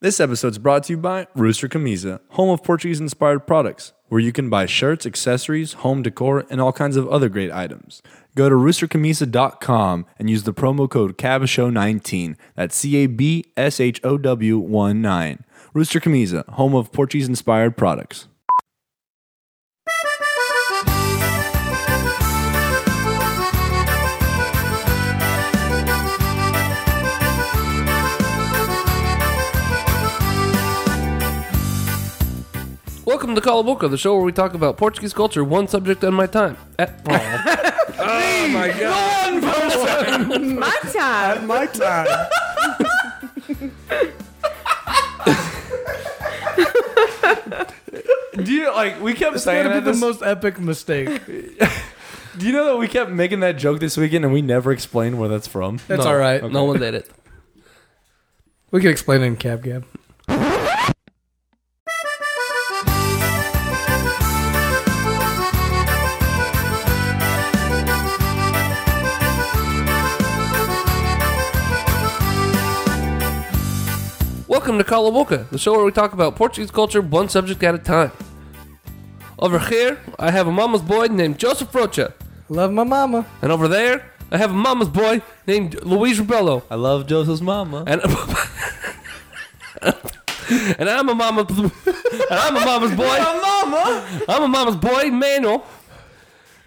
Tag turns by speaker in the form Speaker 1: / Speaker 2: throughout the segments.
Speaker 1: This episode is brought to you by Rooster Camisa, home of Portuguese inspired products, where you can buy shirts, accessories, home decor, and all kinds of other great items. Go to roostercamisa.com and use the promo code CABSHOW19. That's C A B S H O W 1 9. Rooster Camisa, home of Portuguese inspired products.
Speaker 2: Welcome to Cala Boca, the show where we talk about Portuguese culture, one subject at my time. Eh, At,
Speaker 3: My time.
Speaker 4: my time.
Speaker 1: Do you like we kept
Speaker 4: That
Speaker 1: saying
Speaker 4: would
Speaker 1: that
Speaker 4: be the
Speaker 1: this-
Speaker 4: most epic mistake.
Speaker 1: Do you know that we kept making that joke this weekend and we never explained where that's from?
Speaker 4: That's all right.
Speaker 2: No one did it.
Speaker 4: We can explain it in Cab Gab.
Speaker 2: Welcome to Cala Boca, the show where we talk about Portuguese culture, one subject at a time. Over here, I have a mama's boy named Joseph Rocha,
Speaker 4: Love my mama.
Speaker 2: and over there, I have a mama's boy named Luis Rebello,
Speaker 1: I love Joseph's mama.
Speaker 2: and and I'm a mama, and I'm a mama's boy.
Speaker 1: mama.
Speaker 2: I'm a mama's boy, Manuel.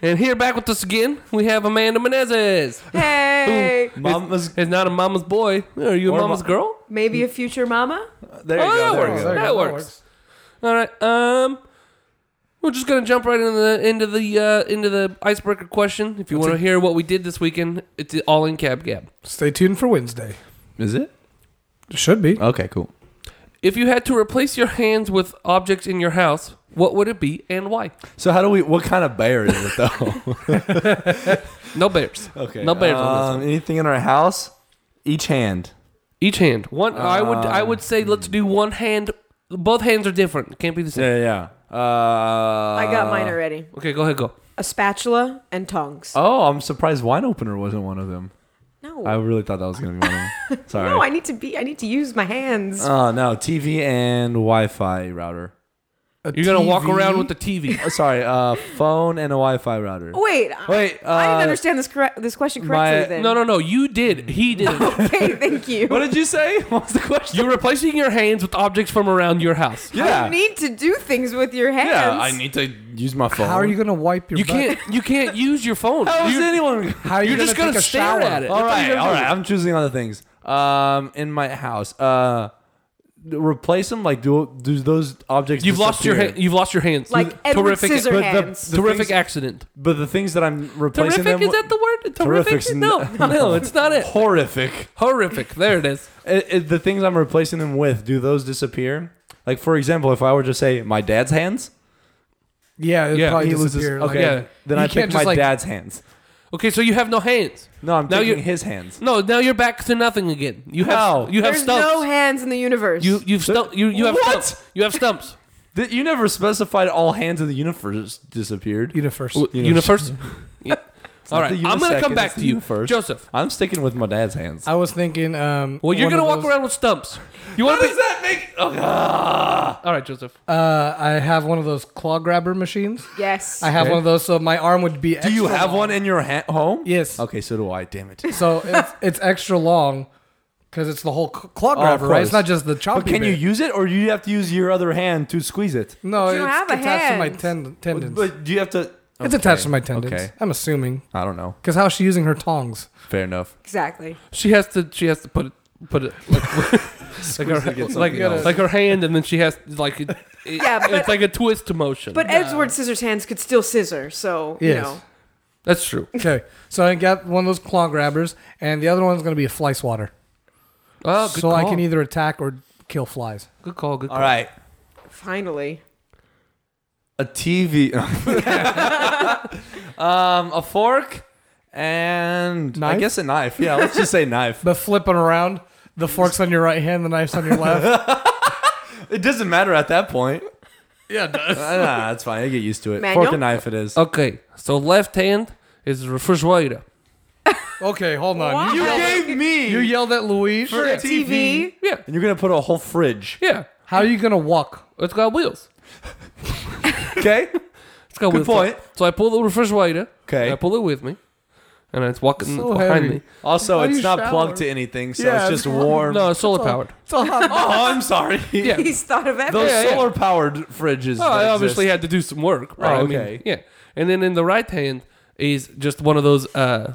Speaker 2: And here back with us again, we have Amanda Menezes.
Speaker 3: Hey.
Speaker 1: Mama's
Speaker 2: Is not a mama's boy. Are you a
Speaker 1: Or ma-
Speaker 2: mama's girl?
Speaker 3: Maybe a future mama?
Speaker 1: There you
Speaker 2: Oh,
Speaker 1: go.
Speaker 2: that
Speaker 1: There
Speaker 2: works.
Speaker 1: you go.
Speaker 2: That works. All right. Um, we're just gonna jump right into the into the uh, into the icebreaker question. If you want to hear what we did this weekend, it's all in cab gab.
Speaker 4: Stay tuned for Wednesday.
Speaker 1: Is it?
Speaker 4: Should be.
Speaker 1: Okay, cool.
Speaker 2: If you had to replace your hands with objects in your house, what would it be and why?
Speaker 1: So how do we? What kind of bear is it though?
Speaker 2: No bears.
Speaker 1: okay.
Speaker 2: No bears on
Speaker 1: Um,
Speaker 2: this
Speaker 1: anything in our house? Each hand.
Speaker 2: Each hand. One. I would.
Speaker 1: Uh,
Speaker 2: I would say let's do one hand. Both hands are different. Can't be the same.
Speaker 1: Yeah, yeah. yeah. Uh,
Speaker 3: I got mine already.
Speaker 2: Okay. Go ahead. Go.
Speaker 3: A spatula and tongs.
Speaker 1: Oh, I'm surprised wine opener wasn't one of them.
Speaker 3: no.
Speaker 1: I really thought that was gonna be one of them. Sorry.
Speaker 3: no, I need to be I need to use my hands.
Speaker 1: Oh no, TV and Wi-Fi router.
Speaker 4: A
Speaker 2: You're gonna walk
Speaker 4: TV?
Speaker 2: around with the TV.
Speaker 1: Oh, sorry, uh, phone and a Wi-Fi router.
Speaker 3: Wait. I-
Speaker 1: Wait,
Speaker 3: I
Speaker 1: uh,
Speaker 3: didn't understand this correct this question correctly
Speaker 1: my-
Speaker 3: then.
Speaker 2: No, no, no. You did. He did.
Speaker 3: Okay, thank you.
Speaker 1: What did you say? What was the question?
Speaker 2: You're replacing your hands with objects from around your house.
Speaker 1: yeah.
Speaker 3: You need to do things with your hands.
Speaker 1: yeah, I need to use my phone.
Speaker 4: How are you gonna wipe your?
Speaker 2: You
Speaker 4: butt?
Speaker 2: can't. You can't use your phone.
Speaker 1: How is
Speaker 2: You-
Speaker 1: anyone?
Speaker 4: How are you
Speaker 2: You're
Speaker 4: gonna
Speaker 2: just gonna
Speaker 4: take a
Speaker 2: stare
Speaker 4: shower?
Speaker 2: at it.
Speaker 1: All
Speaker 2: What are
Speaker 1: right,
Speaker 2: you gonna
Speaker 1: all
Speaker 2: do?
Speaker 1: right. I'm choosing other things. Um, in my house, uh, replace them. Like, do do those objects?
Speaker 2: You've lost your.
Speaker 1: disappear?
Speaker 2: Ha- you've lost your hands.
Speaker 3: Like Edward
Speaker 2: terrific.
Speaker 1: but the-
Speaker 3: Scissorhands.
Speaker 1: the
Speaker 2: terrific
Speaker 1: things-
Speaker 2: accident.
Speaker 1: But the things that I'm replacing
Speaker 2: Terrific
Speaker 1: them.
Speaker 2: is
Speaker 1: wi-
Speaker 2: that the word? Terrific?
Speaker 1: Terrific's
Speaker 2: No,
Speaker 1: n-
Speaker 2: no, it's not it.
Speaker 1: horrific.
Speaker 2: Horrific. There it is.
Speaker 1: It- it- the things I'm replacing them with, do those disappear? Like, for example, if I were to say my dad's hands,
Speaker 4: Yeah, it
Speaker 2: Yeah,
Speaker 4: yeah, probably
Speaker 1: he loses.
Speaker 4: disappear.
Speaker 1: okay,
Speaker 2: Yeah.
Speaker 1: then
Speaker 4: You
Speaker 1: I
Speaker 4: can't
Speaker 1: pick
Speaker 4: just,
Speaker 1: my
Speaker 4: like-
Speaker 1: dad's hands.
Speaker 2: Okay, so you have no hands.
Speaker 1: No, I'm
Speaker 2: Now
Speaker 1: taking
Speaker 2: you-
Speaker 1: his hands.
Speaker 2: No, now you're back to nothing again. You have.
Speaker 1: How?
Speaker 2: You have
Speaker 3: There's
Speaker 2: stumps.
Speaker 3: no hands in the universe.
Speaker 2: you you've stump. You you have
Speaker 1: What?
Speaker 2: stumps. You have stumps.
Speaker 1: Th- You never specified all hands of the universe disappeared.
Speaker 4: Universe.
Speaker 2: Universe. Yeah. All
Speaker 1: not
Speaker 2: right,
Speaker 1: the
Speaker 2: I'm gonna
Speaker 1: unisecond,
Speaker 2: come back
Speaker 1: it's
Speaker 2: to
Speaker 1: the
Speaker 2: you,
Speaker 1: universe.
Speaker 2: Joseph.
Speaker 1: I'm sticking with my dad's hands.
Speaker 4: I was thinking. Um,
Speaker 2: Well, you're
Speaker 4: one
Speaker 2: gonna
Speaker 4: of
Speaker 2: walk
Speaker 4: those-
Speaker 2: around with stumps. You want to be?
Speaker 1: that make?
Speaker 2: All right, Joseph.
Speaker 4: Uh, I have one of those claw grabber machines.
Speaker 3: yes.
Speaker 4: I have one of those, so my arm would be.
Speaker 1: Do you have one in your ha- home?
Speaker 4: Yes.
Speaker 1: Okay, so do I. Damn it.
Speaker 4: So it's, it's extra long because it's the whole c-
Speaker 2: Oh,
Speaker 4: claw grabber, right? It's
Speaker 1: course.
Speaker 4: not just the choppy.
Speaker 1: But can
Speaker 4: bit.
Speaker 1: you use it, or do you have to use your other hand to squeeze it?
Speaker 4: No,
Speaker 3: You don't
Speaker 4: it's
Speaker 3: have a
Speaker 4: attached to my
Speaker 3: hand.
Speaker 4: tend- tendons.
Speaker 1: But do you have to?
Speaker 4: it's attached to my tendons.
Speaker 1: Okay.
Speaker 4: I'm assuming.
Speaker 1: I don't know.
Speaker 4: Because how is she using her tongs?
Speaker 1: Fair enough.
Speaker 3: exactly.
Speaker 2: She has to. She has to put it. Put it like like her like,
Speaker 4: else.
Speaker 2: like her hand, and then she has like it, it-
Speaker 3: Yeah, but-
Speaker 2: it's like a twist motion.
Speaker 3: But Edward Scissors hands could still scissor, so you
Speaker 4: Yes.
Speaker 3: know.
Speaker 2: that's true.
Speaker 4: Okay. So I got one of those claw grabbers, and the other one's going to be a fly swatter.
Speaker 2: Oh, good
Speaker 4: so
Speaker 2: call.
Speaker 4: I can either attack or kill flies.
Speaker 2: good call. Good call.
Speaker 1: All right,
Speaker 3: Finally.
Speaker 1: a TV, um, a fork, and I
Speaker 4: Knife?
Speaker 1: guess a knife. Yeah, let's just say knife.
Speaker 4: But flipping around, the fork's on your right hand, the knife's on your left.
Speaker 1: It doesn't matter at that point.
Speaker 4: yeah, it does.
Speaker 1: Ah, nah, that's fine. I get used to it.
Speaker 3: Manual?
Speaker 1: Fork and knife, it is.
Speaker 2: Okay, so left hand is refrigerator.
Speaker 4: Okay, hold on.
Speaker 3: Why?
Speaker 4: You,
Speaker 1: You
Speaker 3: Yeah.
Speaker 1: gave me.
Speaker 4: you yelled at Luis.
Speaker 3: For a
Speaker 1: TV.
Speaker 3: TV.
Speaker 2: Yeah,
Speaker 1: and you're gonna put a whole fridge.
Speaker 2: yeah.
Speaker 4: How are you gonna walk?
Speaker 2: It's got wheels.
Speaker 1: Okay.
Speaker 2: It's got
Speaker 1: Good
Speaker 2: wheels.
Speaker 1: point.
Speaker 2: So I pull the refrigerator.
Speaker 1: Okay.
Speaker 2: and I pull it with me, and it's walking
Speaker 4: So
Speaker 2: behind
Speaker 4: heavy.
Speaker 2: me.
Speaker 1: Also,
Speaker 4: Why do
Speaker 1: it's
Speaker 4: you
Speaker 1: not
Speaker 4: shower?
Speaker 1: plugged to anything, so
Speaker 4: Yeah,
Speaker 1: it's
Speaker 4: it's
Speaker 1: just warm.
Speaker 2: No, it's solar powered.
Speaker 4: It's a hot
Speaker 1: Oh, I'm sorry.
Speaker 2: Yeah.
Speaker 3: He's thought of everything.
Speaker 1: Those
Speaker 2: Yeah, yeah.
Speaker 1: solar powered fridges.
Speaker 2: Oh, I
Speaker 1: that
Speaker 2: obviously
Speaker 1: exist.
Speaker 2: had to do some work. Right?
Speaker 1: Oh,
Speaker 2: I mean,
Speaker 1: okay.
Speaker 2: yeah. And then in the right hand is just one of those, uh,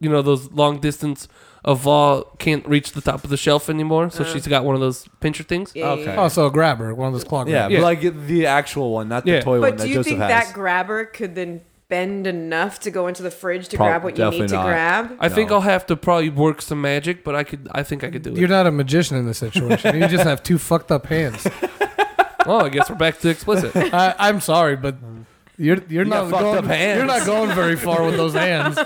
Speaker 2: you know, those long distance Aval can't reach the top of the shelf anymore.
Speaker 4: Uh-huh.
Speaker 2: So she's got one of those pincher things.
Speaker 3: Yeah, yeah,
Speaker 1: Okay.
Speaker 3: yeah.
Speaker 4: Oh, so a grabber, one of those clog
Speaker 1: Yeah,
Speaker 4: grabbers.
Speaker 1: but
Speaker 2: Yeah.
Speaker 1: like the actual one, not the
Speaker 2: Yeah.
Speaker 1: toy one
Speaker 3: But
Speaker 1: that
Speaker 3: do you
Speaker 1: Joseph
Speaker 3: think
Speaker 1: has.
Speaker 3: that grabber could then bend enough to go into the fridge to
Speaker 1: Prob-
Speaker 3: grab what you need
Speaker 1: definitely
Speaker 3: to
Speaker 1: not.
Speaker 3: grab?
Speaker 2: I think
Speaker 1: No.
Speaker 2: I'll have to probably work some magic, but I could. I think I could do
Speaker 4: You're
Speaker 2: it.
Speaker 4: not a magician in this situation. You just have two fucked up hands.
Speaker 2: oh, I guess we're back to explicit.
Speaker 4: I, I'm sorry, but you're you're
Speaker 1: got
Speaker 4: not
Speaker 1: fucked
Speaker 4: going.
Speaker 1: up hands.
Speaker 4: You're not going very far with those hands. How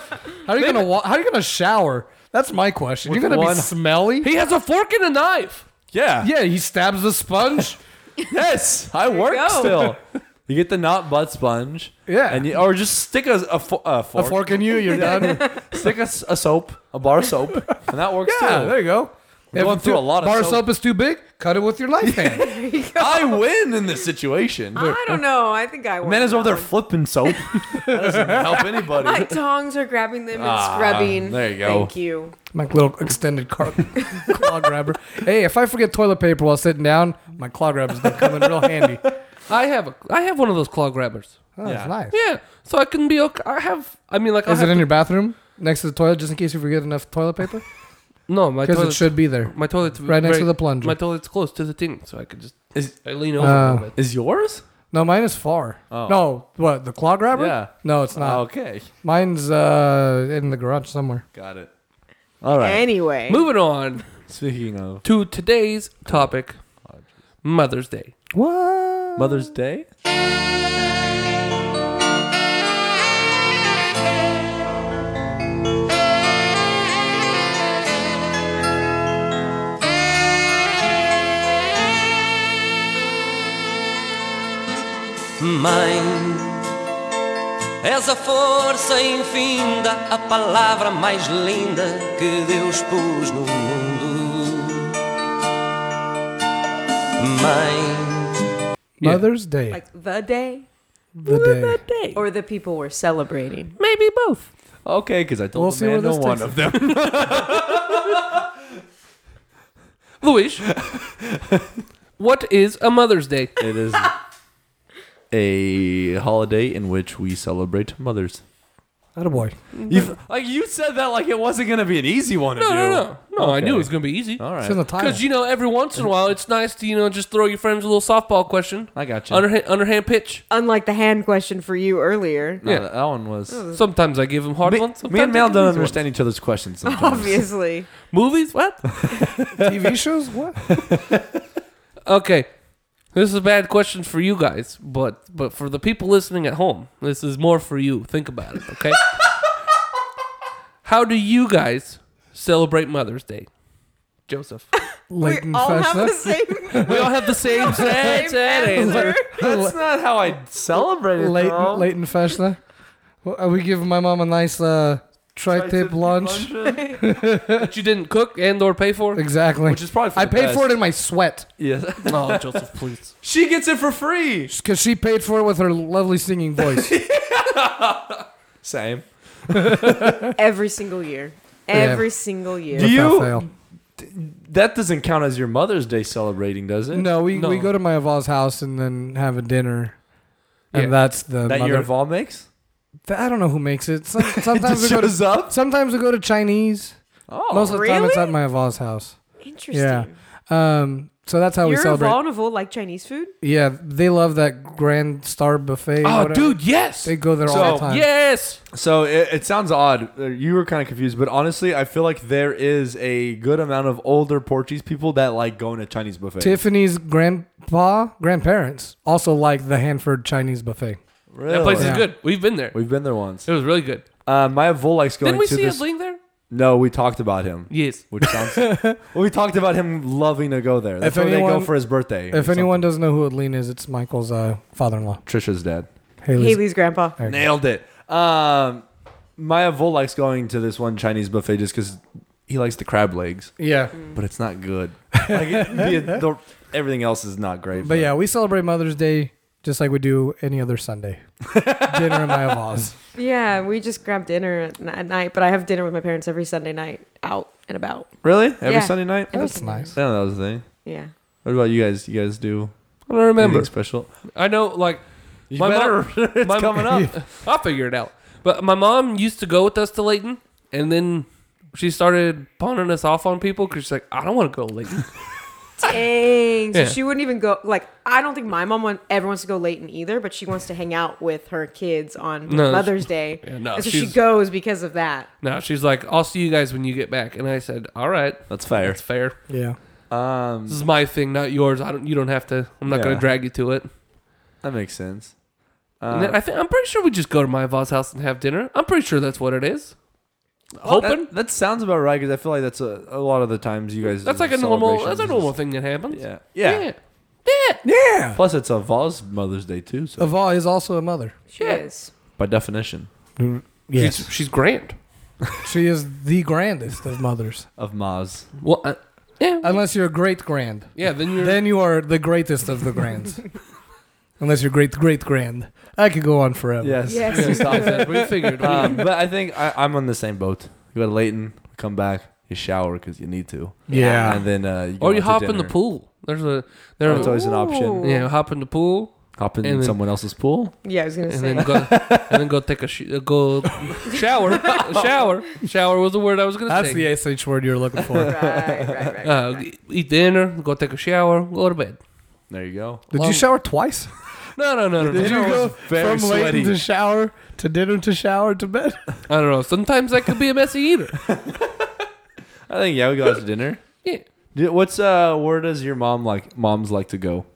Speaker 4: are you gonna wa- How are you gonna shower? That's my question.
Speaker 1: With
Speaker 4: you're gonna
Speaker 1: one-
Speaker 4: be smelly.
Speaker 2: he has a fork and a knife.
Speaker 1: yeah.
Speaker 4: yeah, he stabs the sponge.
Speaker 1: Yes, I
Speaker 3: you
Speaker 1: work
Speaker 3: go.
Speaker 1: still. You get the not butt sponge.
Speaker 4: Yeah.
Speaker 1: And you, or just stick a, a, fo- a
Speaker 4: a
Speaker 1: fork.
Speaker 4: fork in you. You're done.
Speaker 1: Stick a, s- a soap, a bar of soap, and that works
Speaker 4: Yeah,
Speaker 1: too.
Speaker 4: there you go.
Speaker 1: We're going
Speaker 4: if
Speaker 1: through
Speaker 4: too-
Speaker 1: a lot of
Speaker 4: bar
Speaker 1: soap.
Speaker 4: is too big. Cut it with your knife hand.
Speaker 1: I win in this situation.
Speaker 3: I don't know. I think I would.
Speaker 1: Man is over there flipping soap. that doesn't help anybody.
Speaker 3: My tongs are grabbing them and
Speaker 1: Ah,
Speaker 3: scrubbing.
Speaker 1: there you go.
Speaker 3: Thank you.
Speaker 4: my little extended car- claw grabber. Hey, if I forget toilet paper while sitting down, my claw grabber's gonna come in real handy. Oh,
Speaker 2: I have. A, I have one of those claw grabbers.
Speaker 1: Yeah.
Speaker 4: That's nice.
Speaker 2: Yeah. So I can be okay. I have. I mean, like, I
Speaker 4: Is
Speaker 2: have
Speaker 4: it in
Speaker 2: to,
Speaker 4: your bathroom next to the toilet, just in case you forget enough toilet paper?
Speaker 2: no my
Speaker 4: Because
Speaker 2: toilet
Speaker 4: it should be there.
Speaker 2: My toilet's
Speaker 4: Right next
Speaker 2: very-
Speaker 4: to the plunger.
Speaker 2: My toilet's close to the thing, so I could just
Speaker 1: Is,
Speaker 2: I lean over a
Speaker 4: Uh,
Speaker 2: little bit.
Speaker 1: is yours?
Speaker 4: No, mine is far.
Speaker 1: Oh.
Speaker 4: No, what the claw grabber?
Speaker 1: Yeah. Oh,
Speaker 4: No, it's not.
Speaker 1: okay.
Speaker 4: Mine's uh in the garage somewhere.
Speaker 1: Got it. All right.
Speaker 3: Anyway,
Speaker 2: Moving on
Speaker 1: Speaking of
Speaker 2: to today's topic, Mother's Day.
Speaker 4: What?
Speaker 1: Mother's Day,
Speaker 5: Mãe, és a força infinda, a palavra mais linda que Deus pôs no mundo. Mãe,
Speaker 4: Mother's Day.
Speaker 3: like the day
Speaker 4: the day.
Speaker 2: Day.
Speaker 3: or the people we're celebrating.
Speaker 2: Maybe both.
Speaker 1: okay? Because I told
Speaker 4: We'll
Speaker 1: the
Speaker 4: see
Speaker 1: man
Speaker 4: where
Speaker 1: no
Speaker 4: this
Speaker 1: one
Speaker 4: takes
Speaker 1: of them.
Speaker 2: Luis, what is a Mother's Day?
Speaker 1: It is a holiday in which we celebrate mothers.
Speaker 4: Attaboy.
Speaker 1: You like you said that like it wasn't gonna be an easy one to
Speaker 2: No,
Speaker 1: do.
Speaker 2: no, no. No, I knew
Speaker 1: Okay.
Speaker 2: it was going to be easy.
Speaker 1: All
Speaker 4: It's in the
Speaker 1: right.
Speaker 4: title.
Speaker 2: Because, you know, every once in a while, it's nice to, you know, just throw your friends a little softball question.
Speaker 1: I got you.
Speaker 2: Underhand, underhand pitch.
Speaker 3: Unlike the hand question for you earlier,
Speaker 1: No,
Speaker 2: Yeah.
Speaker 1: that one was.
Speaker 2: Sometimes I give them hard
Speaker 1: Uh, Me,
Speaker 2: ones.
Speaker 1: me and
Speaker 2: sometimes I
Speaker 1: Mel don't
Speaker 2: give them easy ones.
Speaker 1: understand each other's questions sometimes.
Speaker 3: obviously.
Speaker 2: Movies? What?
Speaker 4: TV shows? What?
Speaker 2: Okay. This is a bad question for you guys, but but for the people listening at home, this is more for you. Think about it, okay? How do you guys celebrate Mother's Day? Joseph.
Speaker 3: We
Speaker 4: Leighton
Speaker 3: all have the
Speaker 4: Fashner?
Speaker 3: same.
Speaker 2: We all have the same set.
Speaker 3: answer.
Speaker 1: That's not how I celebrate it. though.
Speaker 4: Leighton, Leighton Fashner. Well, Are we giving my mom a nice uh, tri-tip lunch?
Speaker 2: that you didn't cook and or pay for.
Speaker 4: Exactly.
Speaker 1: Which is probably for
Speaker 4: I
Speaker 1: the
Speaker 4: paid
Speaker 1: best.
Speaker 4: for it in my sweat
Speaker 1: Yes.
Speaker 2: Oh, Joseph, please.
Speaker 1: she gets it for free.
Speaker 4: because she paid for it with her lovely singing voice.
Speaker 1: Same.
Speaker 3: Every single year. Every single year.
Speaker 1: Do you-
Speaker 4: Without fail.
Speaker 1: That doesn't count as your Mother's Day celebrating, does it?
Speaker 4: No, we,
Speaker 2: No.
Speaker 4: we go to my Avaz house and then have a dinner, and
Speaker 2: Yeah.
Speaker 4: that's the
Speaker 1: That
Speaker 4: mother.
Speaker 1: your Vol makes?
Speaker 4: Th- I don't know who makes it. Some, sometimes we
Speaker 1: Just
Speaker 4: go to
Speaker 1: shows up?
Speaker 4: sometimes we go to Chinese.
Speaker 1: Oh.
Speaker 4: Most of the time, it's
Speaker 3: really?
Speaker 4: at my Avaz house.
Speaker 3: Interesting.
Speaker 4: Yeah. Um. So that's how we
Speaker 3: You're
Speaker 4: celebrate.
Speaker 3: vulnerable like Chinese food?
Speaker 4: Yeah, they love that Grand Star buffet.
Speaker 2: Oh,
Speaker 4: whatever.
Speaker 2: dude, yes.
Speaker 4: they go there
Speaker 1: So,
Speaker 4: all the time.
Speaker 2: yes.
Speaker 1: So it, it sounds odd. Uh, You were kind of confused, but honestly, I feel like there is a good amount of older Portuguese people that like going to Chinese buffets.
Speaker 4: Tiffany's grandpa, grandparents also like the Hanford Chinese buffet.
Speaker 1: Really?
Speaker 2: That place is
Speaker 4: Yeah.
Speaker 2: good. We've been there.
Speaker 1: We've been there once.
Speaker 2: It was really good.
Speaker 1: Uh, my Vol likes going
Speaker 2: Didn't we
Speaker 1: to
Speaker 2: see
Speaker 1: this.
Speaker 2: a link there?
Speaker 1: no, we talked about him.
Speaker 2: Yes.
Speaker 1: Which sounds. well, we talked about him loving to go there. That's
Speaker 4: If
Speaker 1: where they go
Speaker 4: anyone-
Speaker 1: for his birthday.
Speaker 4: If
Speaker 1: or
Speaker 4: anyone
Speaker 1: something.
Speaker 4: doesn't know who Adeline is, it's Michael's uh, father-in-law,
Speaker 1: Trisha's dad.
Speaker 4: Haley's.
Speaker 3: Haley's grandpa.
Speaker 4: There you go.
Speaker 1: Nailed it. Um, My avô likes going to this one Chinese buffet just because he likes the crab legs,
Speaker 4: Yeah.
Speaker 1: but it's not good. Like, it- the- the- everything else is not great.
Speaker 4: But yeah, we celebrate Mother's Day just like we do any other Sunday. Dinner in my avos.
Speaker 3: Yeah, we just grab dinner at, at night, but I have dinner with my parents every Sunday night, out and about.
Speaker 1: really, every
Speaker 3: Yeah.
Speaker 1: Sunday night.
Speaker 3: Every
Speaker 4: That's
Speaker 3: Sunday night.
Speaker 4: nice.
Speaker 1: Yeah, that was the thing.
Speaker 3: Yeah.
Speaker 1: What about you guys? You guys do
Speaker 2: I don't remember.
Speaker 1: anything special?
Speaker 2: I know, like,
Speaker 1: You
Speaker 2: My
Speaker 1: better. it's
Speaker 2: my-
Speaker 1: coming up.
Speaker 2: I'll figure it out. But my mom used to go with us to Layton, and then she started pawning us off on people because she's like, I don't want to go to Layton.
Speaker 3: Dang. So
Speaker 2: Yeah.
Speaker 3: she wouldn't even go. Like, I don't think my mom want, ever wants to go Leighton either, but she wants to hang out with her kids on
Speaker 2: No,
Speaker 3: Mother's Day.
Speaker 2: Yeah, no,
Speaker 3: and so she
Speaker 2: she's-
Speaker 3: goes because of that.
Speaker 2: now she's like, I'll see you guys when you get back. And I said, All right,
Speaker 1: That's fire.
Speaker 2: that's fair.
Speaker 4: Yeah.
Speaker 1: Um,
Speaker 2: This is my thing, not yours. I don't. You don't have to. I'm not going
Speaker 1: Yeah.
Speaker 2: to drag you to it.
Speaker 1: that makes sense.
Speaker 2: and then
Speaker 1: Uh,
Speaker 2: I think I'm pretty sure we just go to my Voss house and have dinner. I'm pretty sure that's what it is. Hoping
Speaker 1: That, that sounds about right because I feel like that's a, a lot of the times you guys.
Speaker 2: that's
Speaker 1: do
Speaker 2: like a normal.
Speaker 1: celebrations
Speaker 2: That's a
Speaker 1: is-
Speaker 2: normal thing that happens.
Speaker 1: Yeah. yeah,
Speaker 2: Yeah.
Speaker 4: Yeah.
Speaker 1: Plus, it's a Voss Mother's Day too, so
Speaker 4: Ava is also a mother.
Speaker 3: She
Speaker 2: Yeah.
Speaker 3: is.
Speaker 1: by definition
Speaker 2: She's, she's grand.
Speaker 4: she is the grandest of mothers.
Speaker 1: of Maz.
Speaker 2: Well, I, yeah.
Speaker 4: Unless you're a great grand.
Speaker 2: yeah. Then you're.
Speaker 4: Then you are the greatest of the grands. Unless you're great great grand. I could go on forever.
Speaker 1: Yes.
Speaker 3: Yes.
Speaker 1: Yeah, stop it.
Speaker 2: we figured.
Speaker 1: um, but I think I, I'm on the same boat. You go to Leighton, come back, you shower because you need to,
Speaker 4: Yeah.
Speaker 1: and then uh, you go
Speaker 2: or you
Speaker 1: out to
Speaker 2: hop in the
Speaker 1: dinner.
Speaker 2: pool. There's a there.
Speaker 1: That's always an option.
Speaker 3: Ooh.
Speaker 2: yeah, hop in the pool
Speaker 1: Hop in
Speaker 2: And then-
Speaker 1: someone else's pool.
Speaker 3: Yeah, I was going to
Speaker 2: and
Speaker 3: say.
Speaker 2: then go and then go take a sh- uh, go shower. shower. Shower was the word I was gonna
Speaker 4: That's
Speaker 2: say.
Speaker 4: the SH word you're looking for.
Speaker 3: right, right, right.
Speaker 2: uh, g- eat dinner, go take a shower, go to bed.
Speaker 1: There you go.
Speaker 4: Did
Speaker 2: Long-
Speaker 4: you shower twice?
Speaker 2: No, no, no, no. no.
Speaker 4: Did you go
Speaker 1: very
Speaker 4: from
Speaker 1: sweaty.
Speaker 4: waiting to shower to dinner to shower to bed?
Speaker 2: I don't know. Sometimes I could be a messy eater.
Speaker 1: I think yeah, we go out to dinner.
Speaker 2: Yeah.
Speaker 1: Do- What's uh, where does your mom like? Moms like to go.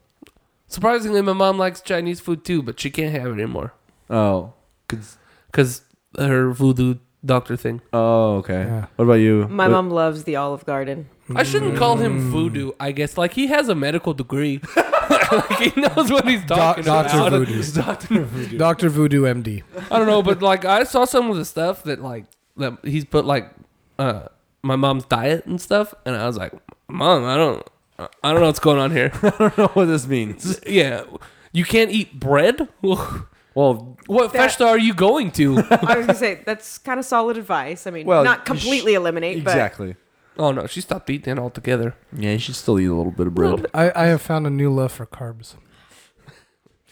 Speaker 2: Surprisingly, my mom likes Chinese food too, but she can't have it anymore
Speaker 1: Oh, 'Cause-
Speaker 2: because her voodoo doctor thing.
Speaker 1: oh, okay.
Speaker 4: Yeah.
Speaker 1: What about you?
Speaker 3: My
Speaker 1: What-
Speaker 3: mom loves the Olive Garden.
Speaker 2: I shouldn't call
Speaker 4: Mm.
Speaker 2: him voodoo. I guess like he has a medical degree. like he knows what he's talking
Speaker 4: Doctor
Speaker 2: about.
Speaker 4: Voodoo. Dr. Voodoo MD.
Speaker 2: I don't know, but like I saw some of the stuff that like that he's put like uh my mom's diet and stuff, and I was like, Mom, I don't, I don't know what's going on here.
Speaker 1: I don't know what this means.
Speaker 2: yeah, you can't eat bread. what
Speaker 1: Well,
Speaker 2: festa are you going to?
Speaker 3: I was going to say, that's kind of solid advice. I mean,
Speaker 1: Well, you
Speaker 3: not
Speaker 1: sh-
Speaker 3: completely eliminate,
Speaker 1: exactly.
Speaker 2: oh no, she stopped eating it altogether.
Speaker 1: Yeah, you should still eat a little bit of bread.
Speaker 4: I, I have found a new love for carbs.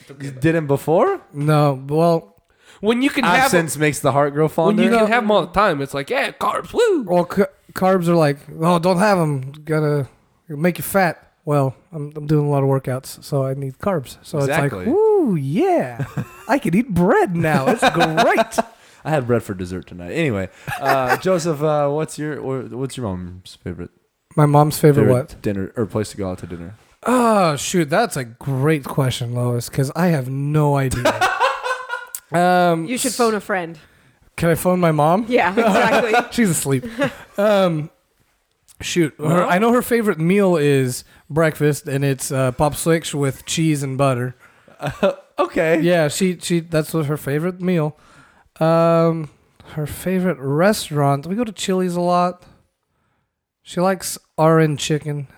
Speaker 1: You didn't before.
Speaker 4: No, well,
Speaker 2: When you can have
Speaker 1: Absence makes the heart grow
Speaker 2: when
Speaker 1: fonder.
Speaker 2: you can have them all the time, it's like yeah, carbs, woo.
Speaker 4: well, c- carbs are like, oh, don't have them. Gotta it'll make you fat. Well, I'm, I'm doing a lot of workouts, so I need carbs. So
Speaker 1: Exactly.
Speaker 4: it's like, ooh, yeah, I can eat bread now. It's great.
Speaker 1: I had bread for dessert tonight. Anyway, uh, Joseph, uh, what's your or, what's your mom's favorite,
Speaker 4: My mom's favorite,
Speaker 1: favorite
Speaker 4: what?
Speaker 1: dinner or place to go out to dinner?
Speaker 4: Oh, shoot, that's a great question, Lois, because I have no idea. um,
Speaker 3: but you should phone a friend.
Speaker 4: Can I phone my mom?
Speaker 3: Yeah, exactly.
Speaker 4: She's asleep. um, shoot, her, I know her favorite meal is breakfast, and it's uh, pop slicks with cheese and butter.
Speaker 1: Okay.
Speaker 4: Yeah, she she that's what her favorite meal. Um, her favorite restaurant. We go to Chili's a lot. She likes RN chicken.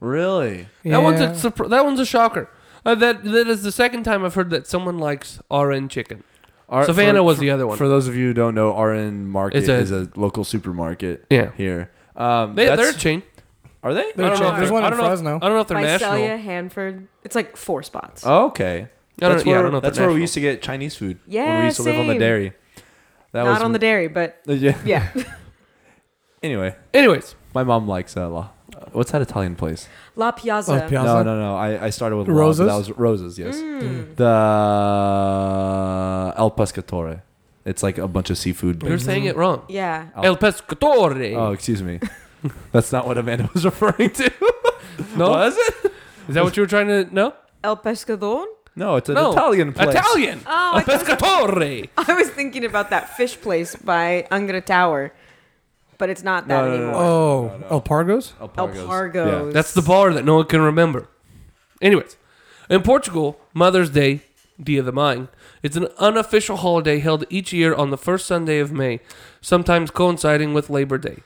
Speaker 1: Really?
Speaker 4: Yeah.
Speaker 2: That one's a surpr- that one's a shocker. Uh, that that is the second time I've heard that someone likes RN chicken.
Speaker 1: Our-
Speaker 2: Savannah
Speaker 1: for-
Speaker 2: was the other one.
Speaker 1: For those of you who don't know, RN Market
Speaker 2: It's a-
Speaker 1: is a local supermarket
Speaker 2: Yeah.
Speaker 1: here. Um,
Speaker 2: They, they're a
Speaker 1: that's- Oh.
Speaker 2: chain.
Speaker 1: are they?
Speaker 4: They're
Speaker 2: I don't know if
Speaker 4: chill. There's
Speaker 2: they're-
Speaker 4: one
Speaker 2: I
Speaker 4: in
Speaker 2: don't know if-
Speaker 4: Fresno.
Speaker 2: I don't know if they're national.
Speaker 3: Visalia, Hanford. It's like four spots.
Speaker 1: Oh, okay.
Speaker 2: I don't,
Speaker 1: That's
Speaker 2: yeah, I
Speaker 1: where,
Speaker 2: don't know if
Speaker 1: that's
Speaker 2: they're
Speaker 1: where we
Speaker 2: national.
Speaker 1: used to get Chinese food. when
Speaker 3: Yeah,
Speaker 1: we used to live on the
Speaker 3: same.
Speaker 1: dairy. That
Speaker 3: Not on the dairy, but
Speaker 1: dairy. Yeah.
Speaker 3: yeah.
Speaker 1: Anyway,
Speaker 2: Anyways,
Speaker 1: my mom likes uh, La. uh, What's that Italian place?
Speaker 3: La Piazza.
Speaker 4: La Oh, Piazza.
Speaker 1: No, no, no. I, I started with La, but
Speaker 4: Roses?
Speaker 1: that was roses. Yes.
Speaker 4: Mm.
Speaker 1: The El Pescatore. It's like a bunch of seafood.
Speaker 2: you're saying it wrong.
Speaker 3: Yeah.
Speaker 1: Oh.
Speaker 2: El pescatore.
Speaker 1: Oh, excuse me. That's not what Amanda was referring to.
Speaker 2: no,
Speaker 1: Was
Speaker 2: it? Is that what you were trying to no?
Speaker 3: El Pescador?
Speaker 1: No, it's an
Speaker 2: no,
Speaker 1: Italian place.
Speaker 2: Italian.
Speaker 3: Oh,
Speaker 2: El
Speaker 3: I thought-
Speaker 2: pescatore.
Speaker 3: I was thinking about that fish place by Ungra Tower, but it's not that
Speaker 1: No, no, no,
Speaker 3: anymore.
Speaker 4: Oh, El Pargo's.
Speaker 3: El
Speaker 1: Alpargos.
Speaker 3: Pargos.
Speaker 2: That's the bar that no one can remember. Anyways, in Portugal, Mother's Day Dia de Mine. It's an unofficial holiday held each year on the first Sunday of May, sometimes coinciding with Labor Day.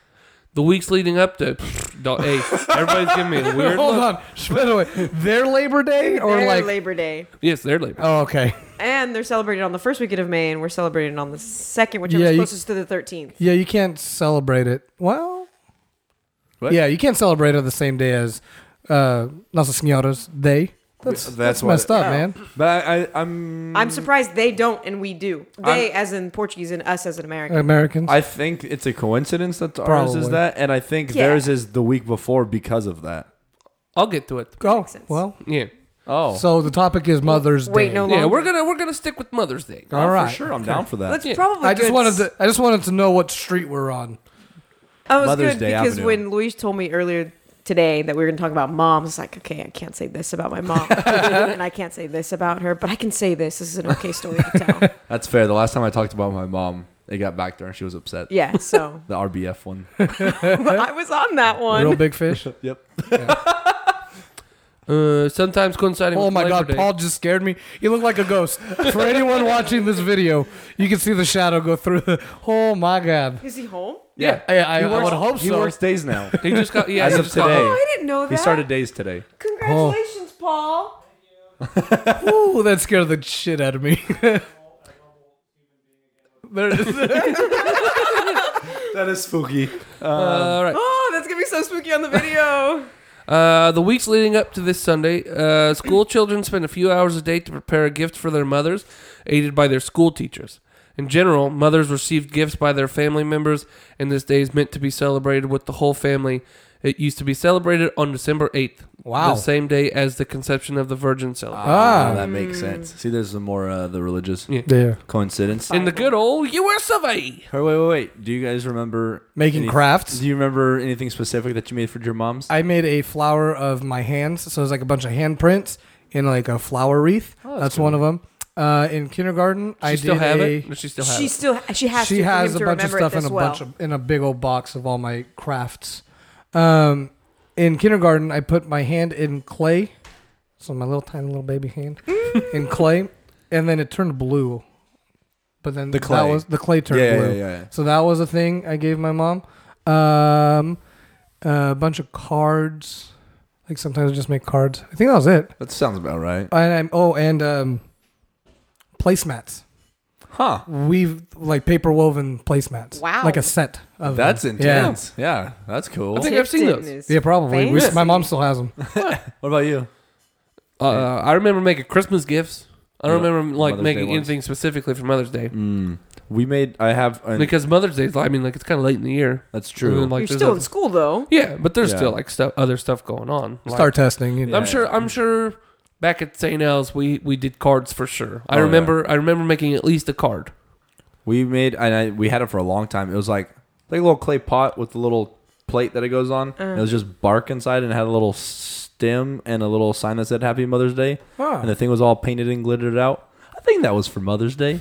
Speaker 2: The weeks leading up to. Don't- hey, everybody's giving me a weird
Speaker 4: Hold
Speaker 2: look.
Speaker 4: on. By the way, their Labor Day Oh, or
Speaker 3: They're
Speaker 4: like?
Speaker 3: Labor Day,
Speaker 2: Yes, they're Labor.
Speaker 4: oh, okay.
Speaker 3: and they're celebrated on the first weekend of May, and we're celebrating on the second, whichever
Speaker 4: Yeah,
Speaker 3: is
Speaker 4: you-
Speaker 3: closest to the thirteenth.
Speaker 4: Yeah, you can't celebrate it. Well,
Speaker 1: What?
Speaker 4: yeah, you can't celebrate it the same day as uh, Nossa Senhora's Day. That's
Speaker 1: That's
Speaker 4: that's,
Speaker 1: what-
Speaker 4: messed up,
Speaker 3: Yeah.
Speaker 4: man.
Speaker 1: But I, I, I'm.
Speaker 3: I'm surprised they don't and we do. They, as in Portuguese, and us as in
Speaker 4: Uh,
Speaker 3: American.
Speaker 4: Americans.
Speaker 1: I think it's a coincidence that ours is
Speaker 4: Probably.
Speaker 1: that, and I think
Speaker 3: Yeah.
Speaker 1: theirs is the week before because of that.
Speaker 2: I'll get to it.
Speaker 4: oh,
Speaker 3: sense.
Speaker 4: well.
Speaker 2: Yeah.
Speaker 1: Oh,
Speaker 4: So the topic is Mother's
Speaker 3: Wait,
Speaker 4: Day.
Speaker 3: no.
Speaker 2: Yeah,
Speaker 3: longer.
Speaker 2: we're gonna we're gonna stick with Mother's Day.
Speaker 4: All right.
Speaker 1: Oh, sure, I'm down for that.
Speaker 3: That's
Speaker 2: Yeah.
Speaker 3: probably.
Speaker 4: I just
Speaker 3: good.
Speaker 4: wanted to. I just wanted to know what street we're on.
Speaker 3: Oh, it's
Speaker 1: Mother's
Speaker 3: good
Speaker 1: Day
Speaker 3: because
Speaker 1: Avenue.
Speaker 3: when Luis told me earlier today that we were going to talk about moms, it's like, okay, I can't say this about my mom, and I can't say this about her, but I can say this. This is an okay story to tell.
Speaker 1: That's fair. The last time I talked about my mom, it got back to her, and she was upset.
Speaker 3: Yeah. So
Speaker 1: The RBF one.
Speaker 3: I was on that one.
Speaker 4: Real big fish.
Speaker 1: yep.
Speaker 2: Uh, sometimes coinciding.
Speaker 4: Oh
Speaker 2: with
Speaker 4: my
Speaker 2: Labor
Speaker 4: God!
Speaker 2: Day.
Speaker 4: Paul just scared me. You look like a ghost. For anyone watching this video, you can see the shadow go through. The, oh my God!
Speaker 3: Is he home?
Speaker 2: Yeah.
Speaker 4: I, I, I would hope
Speaker 1: He
Speaker 4: so.
Speaker 1: works days now.
Speaker 2: He just got yeah.
Speaker 1: As
Speaker 2: he
Speaker 1: of
Speaker 2: just got
Speaker 1: today.
Speaker 3: Oh,
Speaker 2: home.
Speaker 3: I didn't know that.
Speaker 1: he started days today.
Speaker 3: Congratulations, Paul.
Speaker 4: Ooh, that scared the shit out of me. There-
Speaker 1: That is spooky.
Speaker 2: Uh, all right.
Speaker 3: Oh, that's gonna be so spooky on the video.
Speaker 2: Uh, the weeks leading up to this Sunday, uh, school children spend a few hours a day to prepare a gift for their mothers, aided by their school teachers. In general, mothers received gifts by their family members, and this day is meant to be celebrated with the whole family. It used to be celebrated on December 8th.
Speaker 4: Wow.
Speaker 2: The same day as the conception of the Virgin celebrated.
Speaker 4: Ah.
Speaker 1: that makes sense. See, there's the more uh, the religious
Speaker 2: Yeah.
Speaker 4: yeah.
Speaker 1: coincidence.
Speaker 4: Uh,
Speaker 2: In the good old US of A.
Speaker 1: Hey, wait, wait, wait. Do you guys remember
Speaker 4: Making
Speaker 1: any-
Speaker 4: crafts?
Speaker 1: Do you remember anything specific that you made for your mom's?
Speaker 4: I made a flower of my hands, so it's like a bunch of handprints in like a flower wreath. that's one of them. Uh, in kindergarten, I
Speaker 2: Oh, She
Speaker 4: did
Speaker 2: still have
Speaker 4: a,
Speaker 2: it? Does She still have
Speaker 3: She
Speaker 2: it.
Speaker 3: still she has
Speaker 4: she
Speaker 3: to, for
Speaker 4: has
Speaker 3: him
Speaker 4: a
Speaker 3: to
Speaker 4: bunch of
Speaker 3: remember it
Speaker 4: stuff in
Speaker 3: this
Speaker 4: a
Speaker 3: well.
Speaker 4: bunch of in a big old box of all my crafts. Um, in kindergarten, I put my hand in clay, so my little tiny little baby hand in clay, and then it turned blue. But then
Speaker 1: The
Speaker 4: that
Speaker 1: clay.
Speaker 4: was the clay turned
Speaker 1: Yeah, yeah,
Speaker 4: blue.
Speaker 1: yeah, yeah.
Speaker 4: So that was a thing I gave my mom. Um, a bunch of cards. Like sometimes I just make cards. I think that was it.
Speaker 1: That sounds about right.
Speaker 4: And I'm oh, and um, placemats
Speaker 1: Huh.
Speaker 4: weave like paper woven placemats.
Speaker 3: Wow.
Speaker 4: like a set of
Speaker 1: That's
Speaker 4: them.
Speaker 1: intense. Yeah, that's cool.
Speaker 2: I think I've seen
Speaker 3: Tipton
Speaker 2: those.
Speaker 3: is
Speaker 4: Yeah, yeah probably. We,
Speaker 3: fancy.
Speaker 4: my mom still has them.
Speaker 1: What about you?
Speaker 2: Uh, I remember making Christmas gifts. I don't
Speaker 1: Yeah.
Speaker 2: remember like
Speaker 1: Mother's Day
Speaker 2: making
Speaker 1: ones.
Speaker 2: anything specifically for Mother's Day
Speaker 1: Hmm. We made. I have. An,
Speaker 2: because Mother's Day is I mean like it's kind of late in the year.
Speaker 1: that's
Speaker 2: And
Speaker 1: true.
Speaker 2: then, like,
Speaker 3: You're
Speaker 2: there's
Speaker 3: still
Speaker 2: other-
Speaker 3: in school though.
Speaker 2: Yeah, but there's
Speaker 1: Yeah.
Speaker 2: still like stuff, other stuff going on. Like,
Speaker 4: Start testing. You know.
Speaker 2: I'm sure. I'm sure. Back at St. L's, we we did cards for sure. I
Speaker 1: Oh,
Speaker 2: remember. I remember making at least a card.
Speaker 1: we made, and I, we had it for a long time. It was like like a little clay pot with a little plate that it goes on. And it
Speaker 3: Uh.
Speaker 1: was just bark inside, and it had a little stem and a little sign that said "Happy Mother's Day,"
Speaker 4: Huh.
Speaker 1: and the thing was all painted and glittered out. I think that was for Mother's Day.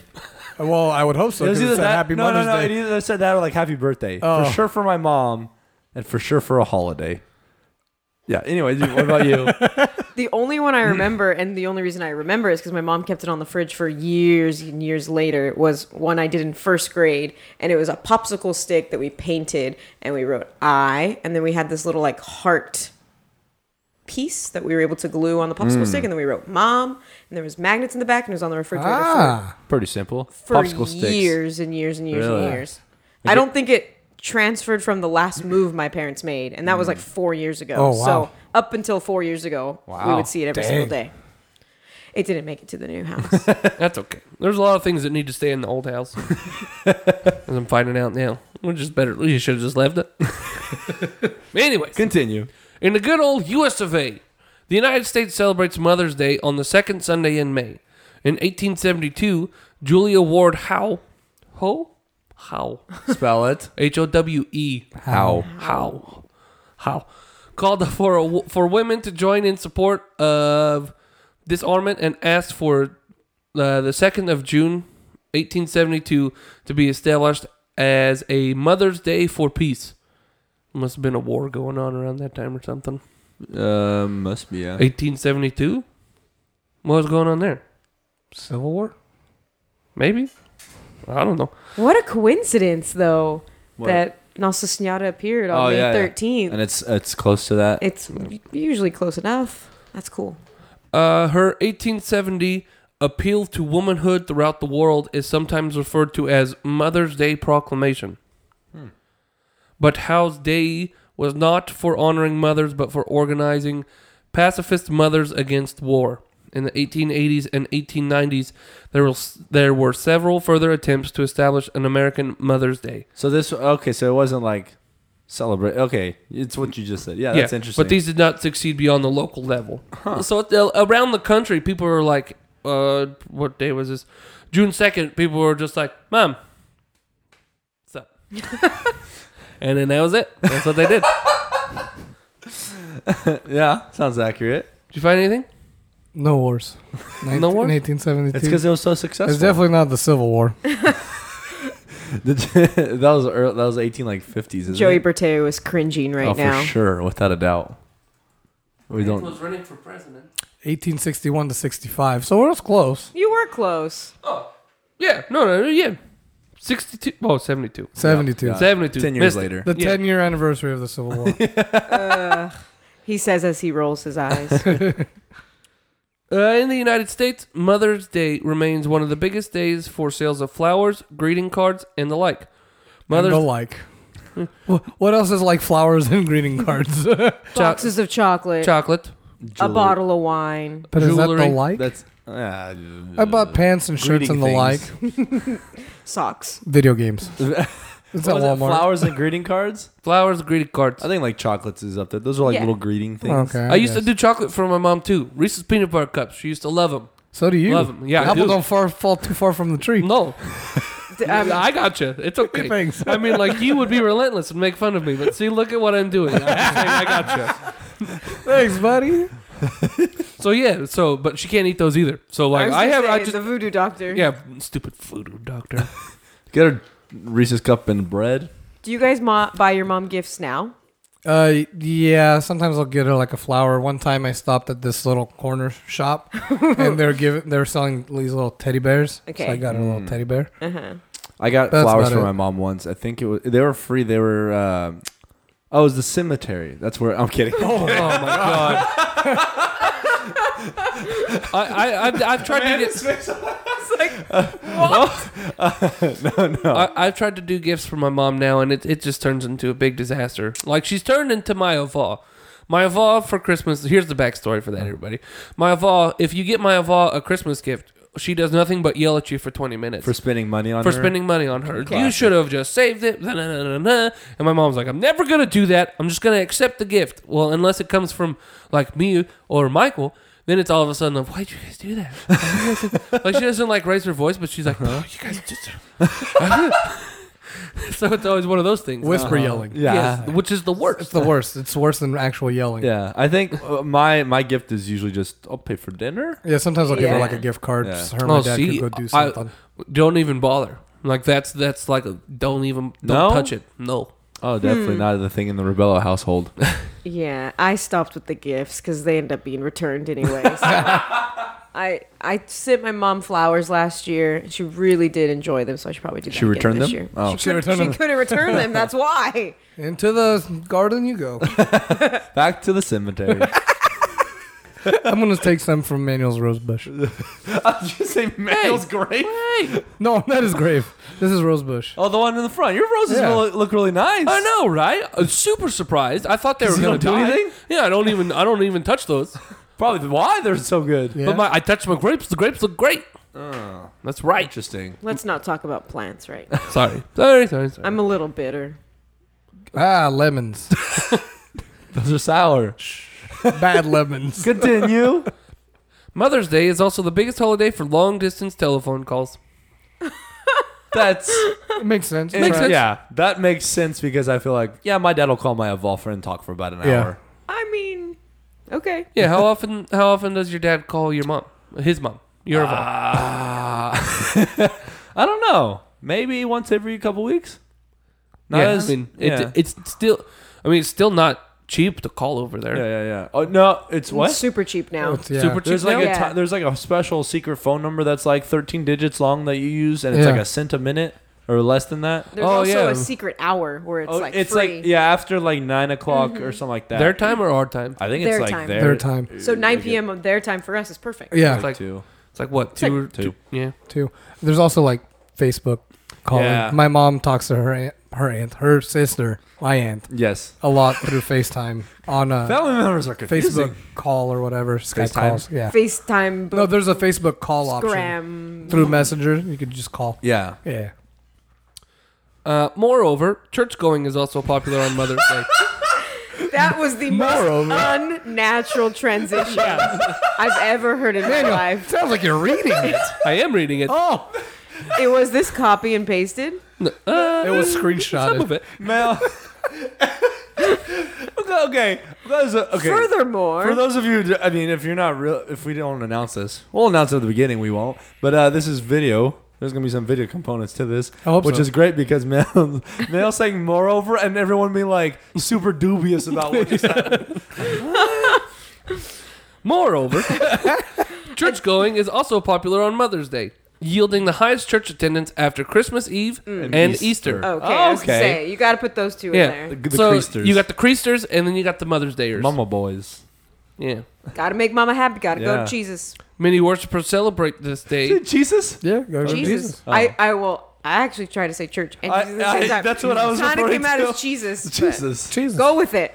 Speaker 4: Well, I would hope so.
Speaker 1: It was
Speaker 4: 'cause it
Speaker 1: either
Speaker 4: said
Speaker 1: that,
Speaker 4: Happy
Speaker 1: no,
Speaker 4: Mother's
Speaker 1: no, no,
Speaker 4: Day.
Speaker 1: It either said that or like Happy Birthday.
Speaker 4: Oh.
Speaker 1: For sure for my mom, and for sure for a holiday. Yeah. Anyway, dude, what about you?
Speaker 3: The only one I remember, and the only reason I remember is because my mom kept it on the fridge for years and years later, was one I did in first grade. And it was a popsicle stick that we painted and we wrote I. And then we had this little like heart piece that we were able to glue on the popsicle stick. And then we wrote mom. And there was magnets in the back and it was on the refrigerator
Speaker 4: Ah,
Speaker 1: Pretty simple.
Speaker 3: for, for
Speaker 1: Popsicle sticks.
Speaker 3: years and years and years
Speaker 1: Really?
Speaker 3: and years. I don't think it transferred from the last move my parents made. And
Speaker 1: Mm.
Speaker 3: that was like four years ago.
Speaker 4: Oh, wow.
Speaker 3: So up until four years ago, we
Speaker 1: Wow.
Speaker 3: would see it every
Speaker 4: Dang.
Speaker 3: single day. It didn't make it to the new house.
Speaker 2: That's okay. There's a lot of things that need to stay in the old house. As I'm finding out now, we're just better. You should have just left it. Anyways,
Speaker 1: Continue.
Speaker 2: In the good old US of A, the United States celebrates Mother's Day on the second Sunday in May. In 1872, Julia Ward Howe, Ho? Howe,
Speaker 1: Spell it.
Speaker 2: H O W E,
Speaker 1: How?
Speaker 2: Howe, Howe, called for, a, for women to join in support of disarmament and asked for uh, the 2nd of June, 1872, to be established as a Mother's Day for Peace. Must have been a war going on around that time or something.
Speaker 1: Uh, must be yeah.
Speaker 2: 1872? What was going on there?
Speaker 4: Civil War.
Speaker 2: Maybe. I don't know.
Speaker 3: What a coincidence, though,
Speaker 1: What?
Speaker 3: that Nossa Senhora appeared on
Speaker 1: Oh,
Speaker 3: May
Speaker 1: yeah, yeah.
Speaker 3: 13th.
Speaker 1: And it's it's close to that.
Speaker 3: It's usually close enough. That's cool.
Speaker 2: Uh, her 1870 appeal to womanhood throughout the world is sometimes referred to as Mother's Day Proclamation. But Howe's Day was not for honoring mothers, but for organizing pacifist mothers against war. In the 1880s and 1890s, there was there were several further attempts to establish an American Mother's Day.
Speaker 1: so this okay, so it wasn't like celebrate. Okay, it's what you just said. Yeah, that's interesting.
Speaker 2: But these did not succeed beyond the local level. So uh, around the country, people were like, uh, "What day was this? June second. People were just like, "Mom, what's up?" and then that was it. That's what they did. Did
Speaker 1: yeah, sounds accurate.
Speaker 2: you find anything?
Speaker 4: No wars.
Speaker 2: No wars?
Speaker 4: Nineteen seventy-two.
Speaker 1: It's because it was so
Speaker 4: It's
Speaker 1: successful.
Speaker 4: definitely not the Civil War.
Speaker 1: that was early, that was eighteen like fifties. Isn't
Speaker 3: Joey
Speaker 1: it?
Speaker 3: Berteo is cringing right
Speaker 1: oh,
Speaker 3: now.
Speaker 1: for sure, without a doubt. We don't.
Speaker 2: running for president.
Speaker 4: Eighteen sixty-one to sixty-five. So it was close.
Speaker 3: You were close.
Speaker 2: Yeah. No. No. no, Yeah. Sixty-two. Oh, 72.
Speaker 4: Seventy-two.
Speaker 1: yeah.
Speaker 2: Seventy-two.
Speaker 1: Uh, Ten years
Speaker 2: Missed it.
Speaker 1: later.
Speaker 4: The
Speaker 2: Yeah.
Speaker 4: ten-year anniversary of the Civil War.
Speaker 3: He says as he rolls his eyes.
Speaker 2: Uh, in the United States, Mother's Day remains one of the biggest days for sales of flowers, greeting cards, and the like.
Speaker 4: Mother
Speaker 2: Mother's
Speaker 4: the like. Wh- what else is like flowers and greeting cards? but
Speaker 3: Boxes of chocolate,
Speaker 2: chocolate.
Speaker 3: a bottle of wine.
Speaker 4: is that the
Speaker 2: Jewelry.
Speaker 4: like?
Speaker 1: That's. Uh,
Speaker 4: I bought pants and shirts and the like.
Speaker 1: things.
Speaker 3: Socks.
Speaker 4: Video games. It's at
Speaker 1: What was it,
Speaker 4: Walmart.
Speaker 1: flowers and greeting cards.
Speaker 2: Flowers, greeting cards.
Speaker 1: I think like chocolates is up there. Those are like
Speaker 3: Yeah.
Speaker 1: little greeting things.
Speaker 4: Okay.
Speaker 2: I used to
Speaker 4: guess.
Speaker 2: do chocolate for my mom too. Reese's peanut butter cups. She used to love them.
Speaker 4: So do you?
Speaker 2: Love 'em. Yeah, I
Speaker 4: Apple
Speaker 2: do.
Speaker 4: not far, fall too far from the tree.
Speaker 2: No,
Speaker 3: D- um,
Speaker 2: I got you. It's okay.
Speaker 4: Thanks.
Speaker 2: I mean, like you would be relentless and make fun of me, but see, look at what I'm doing. I'm just saying I got
Speaker 4: Thanks, buddy.
Speaker 2: you. So yeah. So, but she can't eat those either. So
Speaker 3: I,
Speaker 2: like,
Speaker 3: was
Speaker 2: I,
Speaker 3: gonna
Speaker 2: have.
Speaker 3: say,
Speaker 2: I just
Speaker 3: the voodoo doctor.
Speaker 2: yeah. Stupid food doctor.
Speaker 1: Get a Reese's cup and bread.
Speaker 3: Do you guys mo- buy your mom gifts now?
Speaker 4: Uh, yeah. Sometimes I'll get her like a flower. One time I stopped at this little corner shop, and they're giving they're selling these little teddy bears.
Speaker 3: Okay.
Speaker 4: So I got her a
Speaker 2: Mm.
Speaker 4: little teddy bear.
Speaker 1: I got
Speaker 4: That's
Speaker 1: flowers
Speaker 4: about
Speaker 1: for
Speaker 4: it.
Speaker 1: my mom once. I think it was they were free. They were. Uh, oh, it was the cemetery. That's where I'm kidding.
Speaker 2: Oh my god. I, I, I've, I've tried to get. Uh, no, no. I, I've tried to do gifts for my mom now, and it, it just turns into a big disaster. Like, she's turned into my avó. My avó for Christmas. Here's the backstory for that, everybody. My avó, if you get my avó a Christmas gift, she does nothing but yell at you for 20 minutes
Speaker 1: for spending money on
Speaker 2: for
Speaker 1: her.
Speaker 2: spending money on her. You should have just saved it. na, na, na, na, na. And my mom's like, I'm never gonna do that. I'm just gonna accept the gift. Well, unless it comes from like me or Michael, then it's all of a sudden like, why'd you guys do that? Why'd you guys do-" like she doesn't like raise her voice, but she's like,
Speaker 1: Uh-huh.
Speaker 2: "Oh, you guys just. so it's always one of those things.
Speaker 4: Whisper yelling.
Speaker 1: Yeah.
Speaker 2: Yes, which is the
Speaker 4: It's
Speaker 2: worst.
Speaker 4: the worst. It's worse than actual yelling.
Speaker 1: Yeah, I think uh, my my gift is usually just I'll pay for dinner.
Speaker 4: Yeah, sometimes I'll give her
Speaker 3: Yeah.
Speaker 4: like a gift card.
Speaker 1: Yeah.
Speaker 4: just Her and
Speaker 2: Oh,
Speaker 4: my dad
Speaker 2: see,
Speaker 4: could go do
Speaker 2: I-
Speaker 4: something.
Speaker 2: Don't even bother. Like that's that's like a, don't even
Speaker 1: No?
Speaker 2: don't touch it. No.
Speaker 1: Oh, definitely not the thing in the Rubello household.
Speaker 3: Yeah, I stopped with the gifts because they end up being returned anyway. so. I I sent my mom flowers last year. and She really did enjoy them, so I should probably do that.
Speaker 1: She
Speaker 3: again
Speaker 1: returned
Speaker 3: this
Speaker 1: them?
Speaker 3: Year.
Speaker 1: Oh.
Speaker 3: she,
Speaker 1: She
Speaker 3: couldn't-
Speaker 4: returned
Speaker 3: she
Speaker 4: them.
Speaker 3: couldn't return them. That's why.
Speaker 4: Into the garden you go.
Speaker 1: Back to the cemetery.
Speaker 4: I'm gonna take some from Manuel's rose bush.
Speaker 1: I'll just say Manuel's grave.
Speaker 4: No, that is grave. This is rose bush.
Speaker 1: Oh, the one in the front. Your roses
Speaker 4: Yeah.
Speaker 1: will look really nice.
Speaker 2: I know, right? I'm super surprised. I thought they were
Speaker 1: you
Speaker 2: gonna
Speaker 1: don't do
Speaker 2: die.
Speaker 1: anything?
Speaker 2: Yeah, I don't even I don't even touch those.
Speaker 1: Probably why they're so good.
Speaker 4: Yeah.
Speaker 2: But my I touched my grapes. The grapes look great. That's right.
Speaker 1: Interesting.
Speaker 3: Let's not talk about plants, right?
Speaker 2: Sorry, sorry, sorry. sorry.
Speaker 3: I'm a little bitter.
Speaker 4: Ah, lemons.
Speaker 1: Those are sour.
Speaker 4: Bad lemons.
Speaker 1: Continue.
Speaker 2: Mother's Day is also the biggest holiday for long distance telephone calls.
Speaker 1: That's
Speaker 4: Makes sense.
Speaker 2: Makes sense.
Speaker 1: yeah. That makes sense because I feel like yeah, my dad will call my Evolver and talk for about an
Speaker 4: Yeah.
Speaker 1: hour.
Speaker 3: I mean, okay.
Speaker 2: Yeah, how often how often does your dad call your mom? His mom. Your mom.
Speaker 1: Ah. I don't know. Maybe once every couple weeks. Not
Speaker 2: yeah,
Speaker 1: as-
Speaker 2: I mean, it,
Speaker 1: yeah.
Speaker 2: it's still I mean, it's still not cheap to call over there.
Speaker 1: Yeah, yeah, yeah. Oh no, it's what?
Speaker 3: It's super cheap now.
Speaker 4: It's- yeah.
Speaker 2: Super cheap
Speaker 1: There's like
Speaker 2: now?
Speaker 1: a
Speaker 3: Yeah.
Speaker 1: ti- there's like a special secret phone number that's like 13 digits long that you use, and it's
Speaker 4: Yeah.
Speaker 1: like a cent a minute or less than that.
Speaker 3: There's
Speaker 2: Oh,
Speaker 3: also
Speaker 2: yeah.
Speaker 3: a secret hour where it's
Speaker 1: oh,
Speaker 3: like
Speaker 1: it's
Speaker 3: free. Mm-hmm.
Speaker 1: like yeah, after like nine o'clock or something like that.
Speaker 2: Their time or our time?
Speaker 1: I think
Speaker 3: Their
Speaker 1: it's like
Speaker 3: time.
Speaker 1: their,
Speaker 4: Their time.
Speaker 3: So 9 p.m. of their time for us is perfect.
Speaker 4: Yeah,
Speaker 2: It's like
Speaker 1: Too.
Speaker 2: it's like what two or
Speaker 1: two.
Speaker 2: two? Yeah,
Speaker 4: too. There's also like Facebook calling.
Speaker 1: Yeah.
Speaker 4: My mom talks to her aunt, her aunt, her sister, my aunt,
Speaker 1: Yes.
Speaker 4: a lot through FaceTime on uh,
Speaker 1: Family members are confusing.
Speaker 4: Facebook call or whatever Skype
Speaker 1: FaceTime?
Speaker 4: calls. Yeah.
Speaker 3: FaceTime,
Speaker 4: No, there's a Facebook call option
Speaker 3: Scram.
Speaker 4: through Messenger. You could just call.
Speaker 1: Yeah.
Speaker 4: Yeah.
Speaker 2: Uh, moreover, church going is also popular on Mother's Day.
Speaker 3: That was the
Speaker 4: Moreover-
Speaker 3: most unnatural transition I've ever heard in my life.
Speaker 4: Sounds like you're reading it.
Speaker 2: I am reading it.
Speaker 4: Oh,
Speaker 3: It was this copy and pasted.
Speaker 4: it was screenshotted.
Speaker 2: Some of it.
Speaker 1: Mel. okay. okay. That is a- okay.
Speaker 3: Furthermore,
Speaker 1: For those of you, I mean, if you're not real, if we don't announce this, we'll announce it at the beginning. We won't. But uh, this is video. There's gonna be some video components to this,
Speaker 4: I hope
Speaker 1: which
Speaker 4: so.
Speaker 1: is great because Mel, Mel saying "moreover" and everyone be like super dubious about what just happened.
Speaker 2: Moreover, church going is also popular on Mother's Day, yielding the highest church attendance after Christmas Eve and, Easter.
Speaker 1: Easter.
Speaker 3: okay,
Speaker 1: Oh,
Speaker 3: I was gonna
Speaker 1: okay.
Speaker 3: say you got to put those two
Speaker 2: Yeah,
Speaker 3: in there.
Speaker 1: The- the
Speaker 2: so
Speaker 1: Creasters.
Speaker 2: you got the creasters and then you got the Mother's Dayers.
Speaker 1: Mama boys.
Speaker 2: Yeah,
Speaker 3: Got to make Mama happy. Got to go
Speaker 1: Yeah.
Speaker 3: to Jesus.
Speaker 2: many worshipers celebrate this day.
Speaker 1: Jesus. Oh.
Speaker 4: Yeah, go to
Speaker 3: Jesus.
Speaker 4: Jesus.
Speaker 3: I, I will. I actually try to say church and
Speaker 1: I-
Speaker 3: Jesus at the
Speaker 1: I-
Speaker 3: same time.
Speaker 1: that's what I was
Speaker 3: Kinda
Speaker 1: referring
Speaker 3: came out
Speaker 1: to.
Speaker 3: as Jesus. but
Speaker 1: Jesus.
Speaker 4: Jesus.
Speaker 3: Go with it.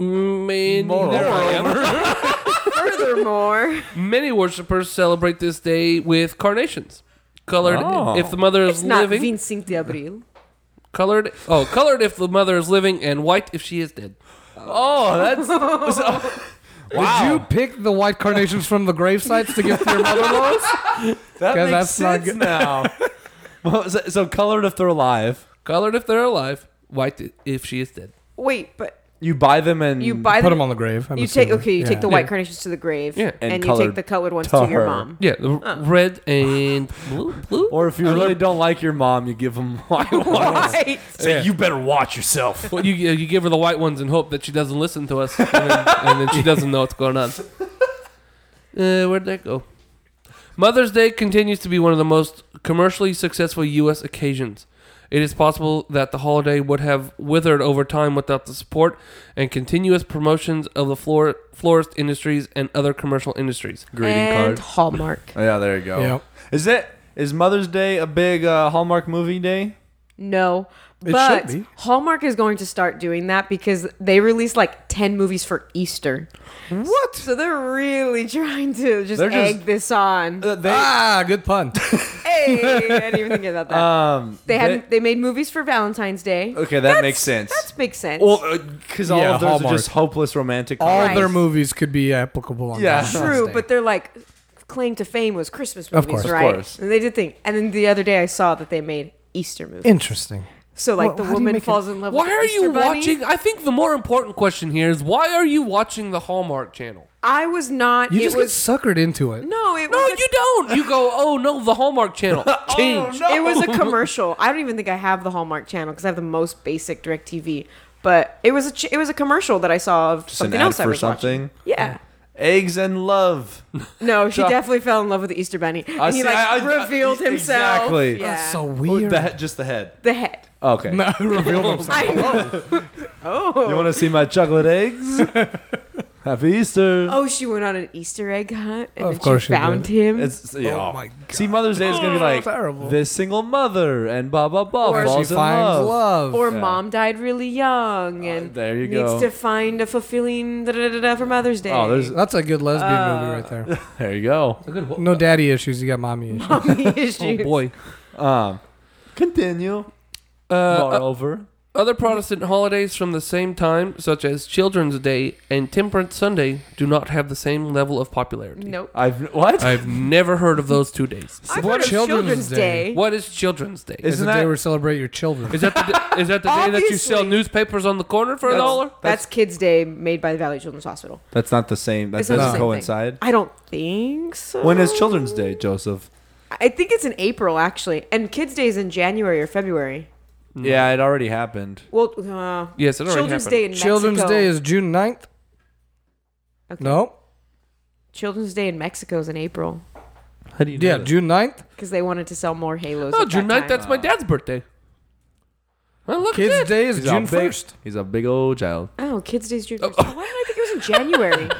Speaker 2: Many, there I am.
Speaker 3: Furthermore,
Speaker 2: many worshipers celebrate this day with carnations, colored
Speaker 1: Oh.
Speaker 2: if the mother is
Speaker 3: it's not
Speaker 2: living,
Speaker 3: 25 de Abril.
Speaker 2: colored oh colored if the mother is living, and white if she is dead.
Speaker 1: Oh, that's
Speaker 4: Did you pick the white carnations from the gravesites to give to your mother-in-laws?
Speaker 1: that
Speaker 4: Guys,
Speaker 1: makes
Speaker 4: that's not
Speaker 1: sense
Speaker 4: good.
Speaker 1: now. Well, so, so colored if they're alive,
Speaker 2: Colored if they're alive, white i- if she is dead.
Speaker 3: Wait, but
Speaker 1: you buy them and
Speaker 3: you buy
Speaker 4: Put
Speaker 3: the
Speaker 4: them on the grave. I'm
Speaker 3: You take
Speaker 4: assuming.
Speaker 3: okay. You take
Speaker 4: Yeah.
Speaker 3: the white
Speaker 2: Yeah.
Speaker 3: carnations to the grave,
Speaker 2: Yeah.
Speaker 1: And
Speaker 3: and, you
Speaker 1: colored
Speaker 3: take the colored ones
Speaker 1: to
Speaker 3: to, your
Speaker 1: her.
Speaker 3: mom.
Speaker 2: Yeah, the r- red and blue. blue?
Speaker 1: Or if you really don't like your mom, you give them white ones.
Speaker 3: Right.
Speaker 1: Say you better watch yourself.
Speaker 2: Well, you uh, you give her the white ones and hope that she doesn't listen to us, and then, and then she doesn't know what's going on. Uh, where'd that go? Mother's Day continues to be one of the most commercially successful U.S. occasions. It is possible that the holiday would have withered over time without the support and continuous promotions of the flor- florist industries and other commercial industries.
Speaker 3: and Hallmark.
Speaker 1: Oh, Yeah, there you go.
Speaker 4: Yeah.
Speaker 1: Is it is Mother's Day a big uh, Hallmark movie day?
Speaker 3: No,
Speaker 4: should
Speaker 3: but
Speaker 4: be.
Speaker 3: Hallmark is going to start doing that because they release like ten movies for Easter. What? So they're really trying to just
Speaker 1: They're just-
Speaker 3: egg this on.
Speaker 4: ah, good pun.
Speaker 3: hey, I didn't even think about that.
Speaker 1: Um,
Speaker 3: they had they, made movies for Valentine's Day.
Speaker 1: okay, that makes sense.
Speaker 3: That makes sense.
Speaker 1: well, because all
Speaker 4: Yeah,
Speaker 1: of those
Speaker 4: Hallmark.
Speaker 1: are just hopeless romantic.
Speaker 4: All
Speaker 1: comedies.
Speaker 3: Right.
Speaker 4: their movies could be applicable on
Speaker 1: Yeah.
Speaker 4: that.
Speaker 3: True, but they're like claim to fame was Christmas movies,
Speaker 4: Of course. Of
Speaker 3: right?
Speaker 1: course.
Speaker 3: And they did think. And then the other day I saw that they made Easter movies.
Speaker 4: Interesting.
Speaker 3: So like
Speaker 4: Well, how do
Speaker 3: the
Speaker 4: you
Speaker 3: woman
Speaker 4: make it-
Speaker 3: falls in love.
Speaker 2: Why
Speaker 3: with
Speaker 2: are
Speaker 3: Easter
Speaker 2: you
Speaker 3: Bunny.
Speaker 2: watching? I think the more important question here is why are you watching the Hallmark Channel?
Speaker 3: I was not.
Speaker 4: You
Speaker 3: it
Speaker 4: just
Speaker 3: was
Speaker 4: get suckered into it.
Speaker 3: no. It
Speaker 2: No,
Speaker 3: was a-
Speaker 2: you don't. Oh. You go, oh no, the Hallmark Channel.
Speaker 1: Oh,
Speaker 2: Change.
Speaker 3: It was a commercial. I don't even think I have the Hallmark Channel because I have the most basic Directv. But it was a ch- it was a commercial that I saw of
Speaker 1: Just an
Speaker 3: something
Speaker 1: ad
Speaker 3: else I
Speaker 1: for
Speaker 3: was watching.
Speaker 1: something?
Speaker 3: Yeah.
Speaker 1: eggs and love.
Speaker 3: No, she
Speaker 1: So-
Speaker 3: definitely fell in love with the Easter Bunny, and he
Speaker 1: see-
Speaker 3: like
Speaker 1: I- I-
Speaker 3: revealed
Speaker 1: I-
Speaker 3: himself.
Speaker 1: exactly.
Speaker 3: Yeah.
Speaker 4: That's so
Speaker 1: Oh,
Speaker 4: weird.
Speaker 1: The head, just the head.
Speaker 3: the head.
Speaker 1: Okay.
Speaker 4: No, reveal themselves.
Speaker 3: I know. oh.
Speaker 1: You want to see my chocolate eggs? Happy Easter.
Speaker 3: Oh, she went on an Easter egg hunt, and
Speaker 4: Of
Speaker 3: then
Speaker 4: course
Speaker 3: she
Speaker 4: she did.
Speaker 3: found him.
Speaker 1: It's, yeah.
Speaker 4: Oh my God.
Speaker 1: See, Mother's Day is gonna be
Speaker 4: Oh,
Speaker 1: like
Speaker 4: terrible.
Speaker 1: this single mother and blah blah blah
Speaker 3: Or-
Speaker 1: falls
Speaker 4: she finds
Speaker 1: in
Speaker 4: love.
Speaker 3: or
Speaker 1: Yeah.
Speaker 3: mom died really young, and
Speaker 1: Ah, there you
Speaker 3: needs
Speaker 1: go.
Speaker 3: to find a fulfilling da da da da for Mother's Day.
Speaker 1: Oh, there's
Speaker 4: That's a good lesbian
Speaker 1: Uh,
Speaker 4: movie right there.
Speaker 1: there you go.
Speaker 4: No daddy issues. You got mommy issues.
Speaker 3: mommy issues.
Speaker 2: Oh boy.
Speaker 1: Um, continue.
Speaker 2: Uh,
Speaker 1: Moreover,
Speaker 2: other Protestant holidays from the same time, such as Children's Day and Temperance Sunday, do not have the same level of popularity.
Speaker 3: Nope.
Speaker 1: I've what?
Speaker 2: I've never heard of those two days.
Speaker 3: I've
Speaker 4: What
Speaker 3: heard of
Speaker 4: Children's
Speaker 3: Children's
Speaker 4: Day?
Speaker 3: Day.
Speaker 2: What is Children's Day?
Speaker 1: Is-
Speaker 4: It's
Speaker 1: Isn't
Speaker 4: the day
Speaker 1: that-
Speaker 4: we celebrate your children.
Speaker 2: Is that the, is that the day that you sell
Speaker 3: Obviously.
Speaker 2: newspapers on the corner for a dollar?
Speaker 3: That's, Kids Day made by the Valley Children's Hospital.
Speaker 1: that's not the same. That
Speaker 3: It's not
Speaker 1: doesn't
Speaker 3: the same
Speaker 1: coincide.
Speaker 3: Thing. I don't think so.
Speaker 1: When is Children's Day, Joseph?
Speaker 3: I think it's in April actually, and Kids Day is in January or February.
Speaker 1: Yeah, it already happened.
Speaker 3: Well, uh,
Speaker 2: Yes, it already
Speaker 3: Children's
Speaker 2: happened.
Speaker 3: Day in Mexico.
Speaker 4: Children's Day is June 9th.
Speaker 3: Okay.
Speaker 4: No.
Speaker 3: Children's Day in Mexico is in April
Speaker 2: How do you
Speaker 4: Yeah, June 9th.
Speaker 3: because they wanted to sell more Halos.
Speaker 2: Oh,
Speaker 3: at
Speaker 2: June
Speaker 3: that
Speaker 2: 9th,
Speaker 3: time.
Speaker 2: that's my dad's birthday. Well, look at
Speaker 4: Kids
Speaker 2: that.
Speaker 4: Day is
Speaker 1: He's a
Speaker 4: June
Speaker 1: big-
Speaker 4: 1st.
Speaker 1: He's a big old child.
Speaker 3: Oh, Kids Day's June. first. Why did I think it was in January?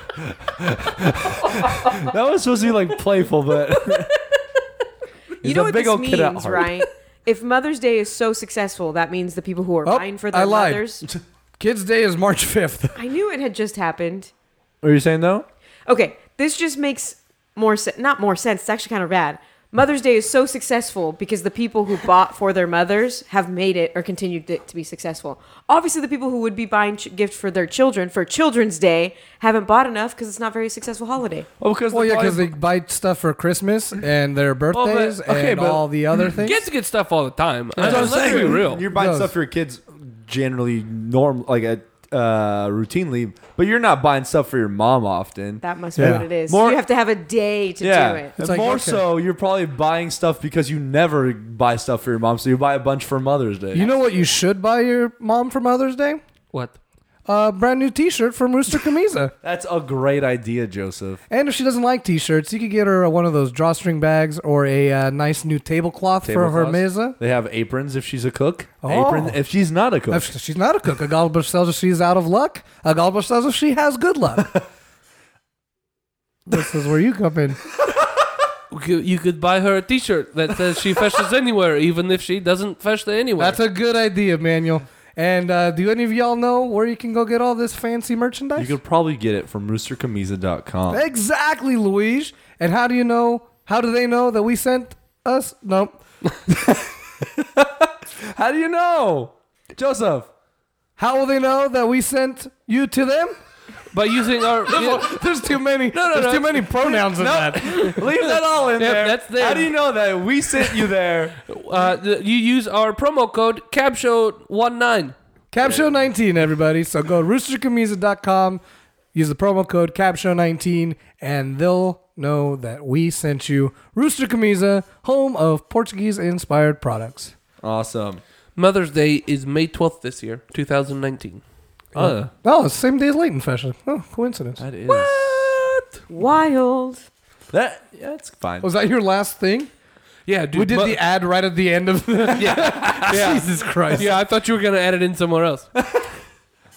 Speaker 1: that was supposed to be like playful, but
Speaker 3: you
Speaker 1: He's a
Speaker 3: know what
Speaker 1: big
Speaker 3: this
Speaker 1: old kid at
Speaker 3: means,
Speaker 1: heart.
Speaker 3: right? If Mother's Day is so successful, that means the people who are
Speaker 4: Oh,
Speaker 3: vying for
Speaker 4: I
Speaker 3: their
Speaker 4: lied.
Speaker 3: mothers.
Speaker 4: Kids Day is March 5th.
Speaker 3: I knew it had just happened.
Speaker 1: what are you saying though?
Speaker 3: Okay, this just makes more sense. Not more sense. It's actually kind of bad. Mother's Day is so successful because the people who bought for their mothers have made it or continued it to be successful. Obviously, the people who would be buying ch- gifts for their children for Children's Day haven't bought enough because it's not a very successful holiday.
Speaker 1: Oh, because
Speaker 4: Well,
Speaker 1: the
Speaker 4: yeah, because
Speaker 1: boys- Oh,
Speaker 4: they buy stuff for Christmas and their birthdays
Speaker 1: okay,
Speaker 4: and
Speaker 1: but-
Speaker 4: all the other things.
Speaker 2: Kids get stuff all the time.
Speaker 1: That's
Speaker 2: Let's
Speaker 1: what I'm
Speaker 2: be
Speaker 1: saying.
Speaker 2: real.
Speaker 1: You're buying
Speaker 4: Yes.
Speaker 1: stuff for your kids generally norm like at uh routinely, but you're not buying stuff for your mom often.
Speaker 3: That must be
Speaker 4: Yeah.
Speaker 3: what it is.
Speaker 1: More-
Speaker 3: you have to have a day to do it.
Speaker 4: It's
Speaker 1: And
Speaker 4: like,
Speaker 1: more
Speaker 4: okay.
Speaker 1: so, you're probably buying stuff because you never buy stuff for your mom, so you buy a bunch for Mother's Day.
Speaker 4: you know what you should buy your mom for Mother's Day?
Speaker 2: What?
Speaker 4: A brand new T-shirt from Rooster Camisa.
Speaker 1: That's a great idea, Joseph.
Speaker 4: and if she doesn't like T-shirts, you could get her one of those drawstring bags or a uh, nice new tablecloth, for her
Speaker 1: Tablecloths.
Speaker 4: mesa.
Speaker 1: They have aprons if she's a cook.
Speaker 4: Oh.
Speaker 1: Apron if she's not a cook.
Speaker 4: If she- she's not a cook, a gobble says if she's out of luck. A gobble says if she has good luck. this is where you come in.
Speaker 2: You could- You could buy her a T-shirt that says she fetches anywhere, even if she doesn't fetch anywhere.
Speaker 4: That's a good idea, Manuel. And uh, do any of y'all know where you can go get all this fancy
Speaker 1: You
Speaker 4: merchandise?
Speaker 1: could probably get it from roostercamisa.com.
Speaker 4: Exactly, Luigi. And how do you know? How do they know that we sent us? No.
Speaker 1: How do you know? Joseph.
Speaker 4: How will they know that we sent you to them?
Speaker 2: by using our.
Speaker 4: There's too many.
Speaker 2: no,
Speaker 4: there's
Speaker 2: no.
Speaker 4: too many pronouns in that.
Speaker 1: Leave that all in
Speaker 2: Yep,
Speaker 1: there.
Speaker 2: that's there.
Speaker 1: How do you know that we sent you there?
Speaker 2: uh, the, you use our promo code CAPSHOW19.
Speaker 4: Capshow 19, everybody. So go to roostercamisa.com, use the promo code Capshow 19, and they'll know that we sent you Rooster Camisa, home of Portuguese-inspired products.
Speaker 1: awesome.
Speaker 2: Mother's Day is May 12th this year, 2019.
Speaker 1: Uh,
Speaker 4: Oh, same day as Leighton Fashion. Oh, coincidence.
Speaker 1: that is.
Speaker 3: Wild.
Speaker 1: That, yeah, that's fine.
Speaker 4: Was that your last thing?
Speaker 2: Yeah, dude.
Speaker 4: We did
Speaker 2: mo-
Speaker 4: the ad right at the end of the.
Speaker 2: yeah, yeah.
Speaker 4: Jesus Christ.
Speaker 2: Yeah, I thought you were gonna add it in somewhere else.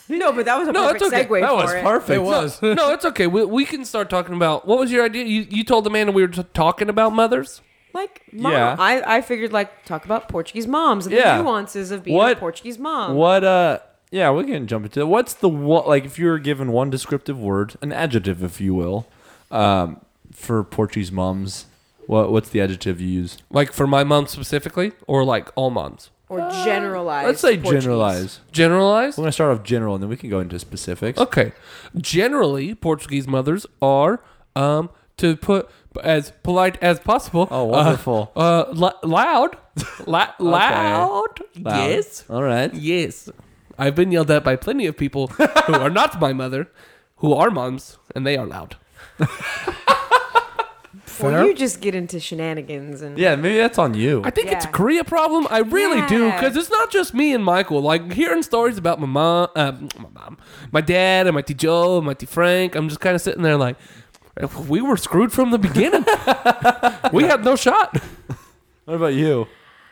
Speaker 3: No, but that was a
Speaker 2: No,
Speaker 3: perfect
Speaker 2: it's okay.
Speaker 3: segue
Speaker 2: That
Speaker 3: for
Speaker 2: was
Speaker 3: it.
Speaker 4: It
Speaker 1: Perfect.
Speaker 4: was.
Speaker 2: no, it's okay. We, we can start talking about what was your idea? You you told Amanda we were t- talking about mothers.
Speaker 3: Like, mom,
Speaker 1: Yeah.
Speaker 3: I, I figured like talk about Portuguese moms and
Speaker 1: Yeah.
Speaker 3: the nuances of being
Speaker 1: What-
Speaker 3: a Portuguese mom.
Speaker 1: What, uh, yeah, we can jump into What's the one, like, if you were given one descriptive word, an adjective, if you will, um, for Portuguese moms, what, what's the adjective you use?
Speaker 2: Like for my mom specifically, or like all moms.
Speaker 3: Or generalize.
Speaker 1: Let's say
Speaker 3: Portuguese.
Speaker 1: generalize.
Speaker 2: Generalized.
Speaker 1: We're going to start off general and then we can go into specifics.
Speaker 2: Okay. Generally, Portuguese mothers are um to put as polite as possible.
Speaker 1: Oh, wonderful.
Speaker 2: Uh, uh lo- loud, La- loud.
Speaker 1: Wow.
Speaker 2: Yes.
Speaker 1: All right.
Speaker 2: Yes. I've been yelled at by plenty of people who are not my mother, who are moms, and they are loud.
Speaker 3: Well, you just get into shenanigans and
Speaker 1: Yeah, maybe that's on you.
Speaker 2: I think it's a
Speaker 3: Yeah.
Speaker 2: Korea problem. I really do, 'cause do
Speaker 3: Yeah.
Speaker 2: because it's not just me and Michael. Like hearing stories about my mom, um, my mom, my dad, and my T Joe, and my T Frank. I'm just kind of sitting there like, we were screwed from the beginning. we had no shot.
Speaker 1: What about you?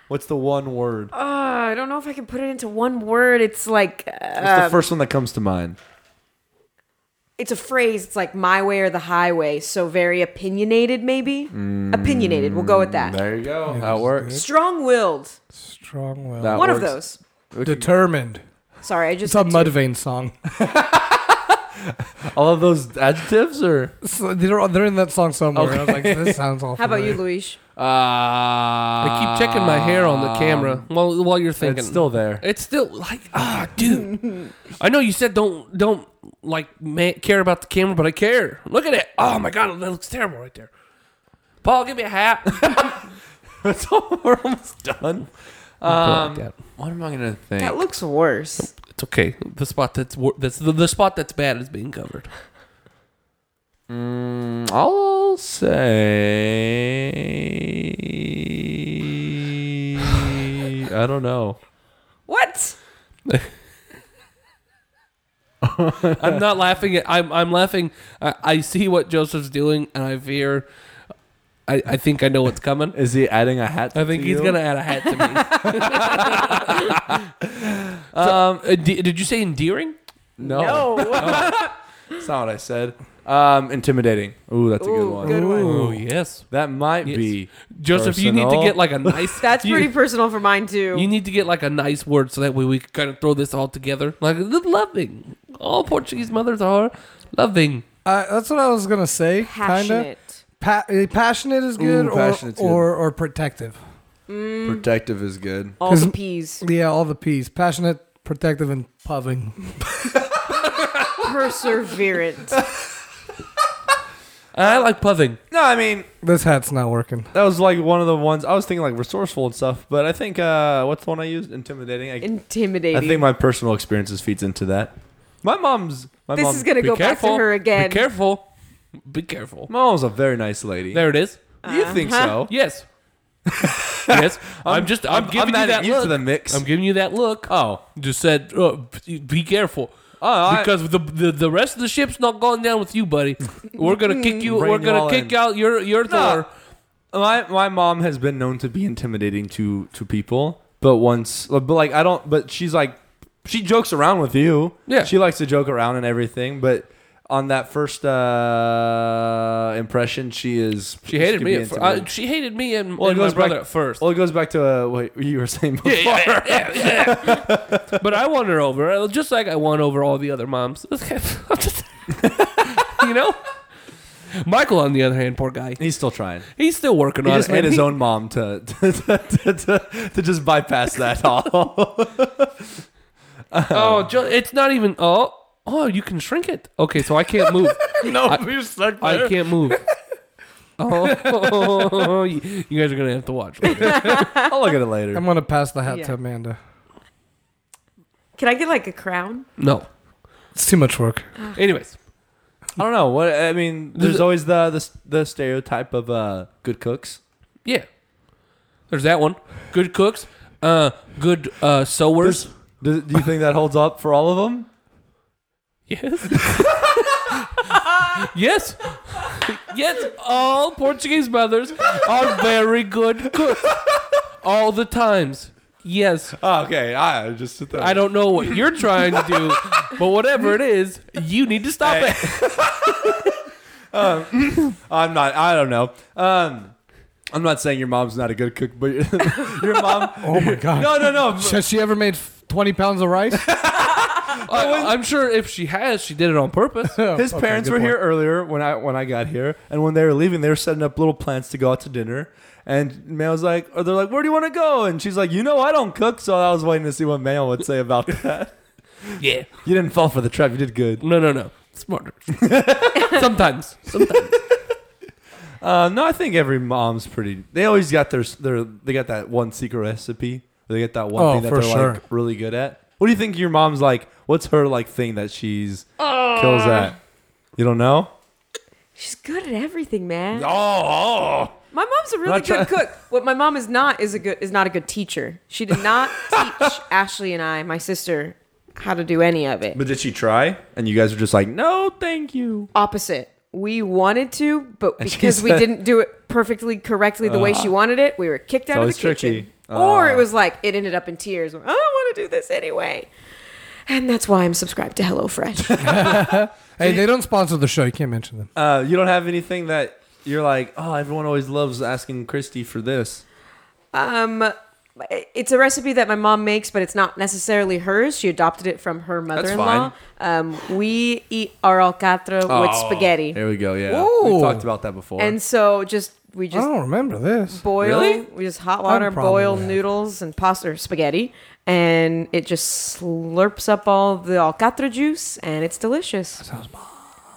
Speaker 1: What's the one word?
Speaker 3: Uh, I don't know if I can put it into one word. It's like uh,
Speaker 1: What's the first one that comes to mind?
Speaker 3: it's a phrase. It's like my way or the highway. So very opinionated, maybe opinionated. We'll go with that.
Speaker 1: There you go. That works.
Speaker 3: Strong-willed.
Speaker 4: Strong will.
Speaker 1: That
Speaker 3: one of
Speaker 1: works.
Speaker 3: those.
Speaker 4: Determined.
Speaker 3: Sorry, I
Speaker 4: It's
Speaker 3: just
Speaker 4: a
Speaker 3: had two.
Speaker 4: Mudvayne song.
Speaker 1: All of those adjectives, or
Speaker 4: So they're, they're in that song somewhere. I was like, this sounds awful.
Speaker 3: How about you, Luis?
Speaker 1: uh,
Speaker 2: I
Speaker 1: I
Speaker 2: keep checking my hair on the camera while while you're thinking.
Speaker 1: It's Um, still there.
Speaker 2: It's still like ah, dude. I know you said don't don't like ma care about the camera, but I care. Look at it. Oh my god, that looks terrible right there. Paul, give me a hat.
Speaker 1: It's all, we're almost done. Um,
Speaker 2: that.
Speaker 1: what am I gonna think?
Speaker 3: That looks worse.
Speaker 2: It's okay. The spot that's wor- that's the, the spot that's bad is being covered.
Speaker 1: Mm, I'll say. I don't know.
Speaker 2: I'm not laughing at. I'm I'm laughing. I, I see what Joseph's doing, and I fear. I, I think I know what's coming.
Speaker 1: Is he adding a hat?
Speaker 2: I think
Speaker 1: to
Speaker 2: he's
Speaker 1: you?
Speaker 2: gonna add a hat to me. um, uh, de- did you say endearing?
Speaker 1: No, Oh,
Speaker 3: No.
Speaker 1: that's not what I said. Um, intimidating. Ooh, that's a good
Speaker 3: Ooh,
Speaker 1: one.
Speaker 3: good one.
Speaker 2: Oh yes,
Speaker 1: That might
Speaker 2: Yes.
Speaker 1: be
Speaker 2: Joseph. You need to
Speaker 1: Personal.
Speaker 2: get like a nice.
Speaker 3: That's
Speaker 2: you-
Speaker 3: pretty personal for mine too.
Speaker 2: You need to get like a nice word so that way we can kind of throw this all together. Like loving. All Portuguese mothers are loving.
Speaker 4: Uh, that's what I was gonna say. Kinda.
Speaker 3: Passionate.
Speaker 4: Pa- uh, passionate is good,
Speaker 1: Ooh,
Speaker 4: or,
Speaker 1: passionate's good.
Speaker 4: or or protective.
Speaker 1: protective is good.
Speaker 3: All the peas.
Speaker 4: Yeah, all the P's. Passionate, protective, and puffing.
Speaker 3: Perseverant.
Speaker 2: And I like puffing.
Speaker 1: No, I mean
Speaker 4: This hat's not working.
Speaker 1: that was like one of the ones I was thinking like resourceful and stuff. But I think uh, what's the one I used? Intimidating. I,
Speaker 3: Intimidating.
Speaker 1: I think my personal experiences feeds into that. My mom's my
Speaker 3: this
Speaker 1: mom,
Speaker 3: is going to
Speaker 2: Be
Speaker 3: go
Speaker 2: careful.
Speaker 3: back to her again.
Speaker 2: Be careful. Be careful.
Speaker 1: my mom's a very nice lady.
Speaker 2: There it is.
Speaker 1: You think so?
Speaker 2: Yes. yes. I'm, just. I'm,
Speaker 1: I'm
Speaker 2: giving you
Speaker 1: adding
Speaker 2: that
Speaker 1: you to
Speaker 2: look.
Speaker 1: the mix.
Speaker 2: I'm giving you that look.
Speaker 1: Oh,
Speaker 2: Just said. Uh, be- be careful.
Speaker 1: I-
Speaker 2: because the, the the rest of the ship's not going down with you, buddy. We're gonna kick you.
Speaker 1: Bring
Speaker 2: we're
Speaker 1: you
Speaker 2: gonna
Speaker 1: all
Speaker 2: kick
Speaker 1: in.
Speaker 2: out your your
Speaker 1: No.
Speaker 2: door.
Speaker 1: my my mom has been known to be intimidating to to people, but once, but like I don't, but she's like, she jokes around with you.
Speaker 2: Yeah.
Speaker 1: she likes to joke around and everything, but. On that first uh, impression, she is.
Speaker 2: She hated
Speaker 1: could
Speaker 2: me.
Speaker 1: be
Speaker 2: At fir-
Speaker 1: intimidating.
Speaker 2: I- she hated me and,
Speaker 1: Well, it
Speaker 2: and my
Speaker 1: goes
Speaker 2: brother
Speaker 1: back-
Speaker 2: at first.
Speaker 1: Well, it goes back to uh, what you were saying before.
Speaker 2: yeah, yeah, yeah, yeah. but I won her over, uh, just like I won over all the other moms. I'm just- you know, Michael, on the other hand, poor guy,
Speaker 1: He's still trying.
Speaker 2: he's still working
Speaker 1: He
Speaker 2: on
Speaker 1: just
Speaker 2: it.
Speaker 1: made
Speaker 2: man.
Speaker 1: his
Speaker 2: He-
Speaker 1: own mom to to, to, to, to to just bypass that all.
Speaker 2: Oh, jo- it's not even. Oh, oh, you can shrink it. Okay, so I can't move.
Speaker 1: no,
Speaker 2: I-
Speaker 1: you're stuck
Speaker 2: I can't move. Oh, you you guys are gonna have to watch. later.
Speaker 1: I'll look at it later.
Speaker 4: I'm gonna pass the hat
Speaker 3: Yeah.
Speaker 4: to Amanda.
Speaker 3: Can I get like a crown?
Speaker 2: No.
Speaker 4: It's too much work.
Speaker 2: Anyways,
Speaker 1: I don't know. What I mean, there's always the the, the stereotype of uh, good cooks.
Speaker 2: yeah. There's that one. Good cooks. Uh, good uh, sewers.
Speaker 1: There's- Do, do you think that holds up for all of them?
Speaker 2: Yes. yes. Yes. All Portuguese mothers are very good cooks. All the times. Yes.
Speaker 1: Oh, okay, I just sit there.
Speaker 2: I don't know what you're trying to do, but whatever it is, you need to stop it.
Speaker 1: I'm not. I don't know. Um, I'm not saying your mom's not a good cook, but your mom.
Speaker 4: Oh my god.
Speaker 1: No, no, no.
Speaker 4: Has she ever made 20 pounds of rice?
Speaker 2: I, am sure if she has, she did it on purpose.
Speaker 1: His
Speaker 4: Okay,
Speaker 1: parents
Speaker 4: good
Speaker 1: were
Speaker 4: point.
Speaker 1: here earlier when I when I got here, and when they were leaving, they were setting up little plans to go out to dinner. And Mayo was like, or they're like, "Where do you want to go?" And she's like, "You know, I don't cook, so I was waiting to see what Mayo would say about that."
Speaker 2: Yeah.
Speaker 1: you didn't fall for the trap. You did good.
Speaker 2: No, no, no. Smarter. Sometimes. Sometimes.
Speaker 1: Uh, no, I think every mom's pretty. They always got their their they got that one secret recipe. They get that one
Speaker 4: Oh,
Speaker 1: thing that
Speaker 4: for
Speaker 1: they're
Speaker 4: sure.
Speaker 1: like really good at. What do you think your mom's like? What's her like thing that she's kills at? You don't know?
Speaker 3: She's good at everything, man.
Speaker 1: Oh,
Speaker 3: My mom's a really
Speaker 1: Not try-
Speaker 3: good cook. What my mom is not is a good is not a good teacher. She did not teach Ashley and I, my sister, how to do any of it.
Speaker 1: but did she try? And you guys were just like, "No, thank you."
Speaker 3: Opposite. We wanted to, but
Speaker 1: And she
Speaker 3: because we
Speaker 1: said- Ah.
Speaker 3: didn't do it perfectly correctly the way she wanted it, we were kicked out of the
Speaker 1: always
Speaker 3: kitchen.
Speaker 1: tricky.
Speaker 3: Or
Speaker 1: Ah.
Speaker 3: it was like it ended up in tears. I don't want to do this anyway. And that's why I'm subscribed to HelloFresh.
Speaker 4: hey, they don't sponsor the show. You can't mention them.
Speaker 1: Uh, you don't have anything that you're like, oh, everyone always loves asking Christy for this.
Speaker 3: um it's a recipe that my mom makes, but it's not necessarily hers. She adopted it from her mother-in-law. Um, we eat our alcatra with
Speaker 1: Oh,
Speaker 3: spaghetti.
Speaker 1: There we go. Yeah, we
Speaker 4: Ooh.
Speaker 1: talked about that before.
Speaker 3: And so just we
Speaker 4: I
Speaker 3: just
Speaker 4: don't remember this.
Speaker 3: boil
Speaker 1: Really?
Speaker 3: we just hot water
Speaker 4: probably
Speaker 3: boil
Speaker 4: have.
Speaker 3: noodles and pasta or spaghetti and it just slurps up all the alcatra juice and it's delicious. Sounds bomb.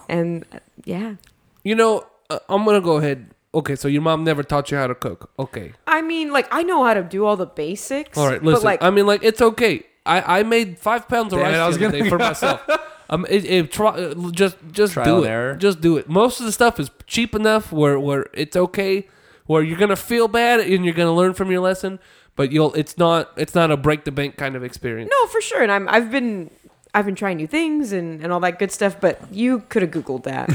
Speaker 3: And uh, yeah.
Speaker 2: You know, uh, I'm going to go ahead. Okay, so your mom never taught you how to cook. Okay.
Speaker 3: I mean, like I know how to do all the basics.
Speaker 2: All right,
Speaker 3: But
Speaker 2: listen.
Speaker 3: like
Speaker 2: I mean, like it's okay. I, I made five pounds of
Speaker 1: Damn
Speaker 2: rice
Speaker 1: it, I was
Speaker 2: the other
Speaker 1: gonna-
Speaker 2: day for myself. Um, it, it, try, uh, just just
Speaker 1: Trial
Speaker 2: do
Speaker 1: and
Speaker 2: it.
Speaker 1: error.
Speaker 2: Just do it. Most of the stuff is cheap enough where where it's okay, where you're gonna feel bad and you're gonna learn from your lesson. but you'll it's not it's not a break the bank kind of experience.
Speaker 3: No, for sure. And I'm I've been I've been trying new things and, and all that good stuff, but you could have googled that.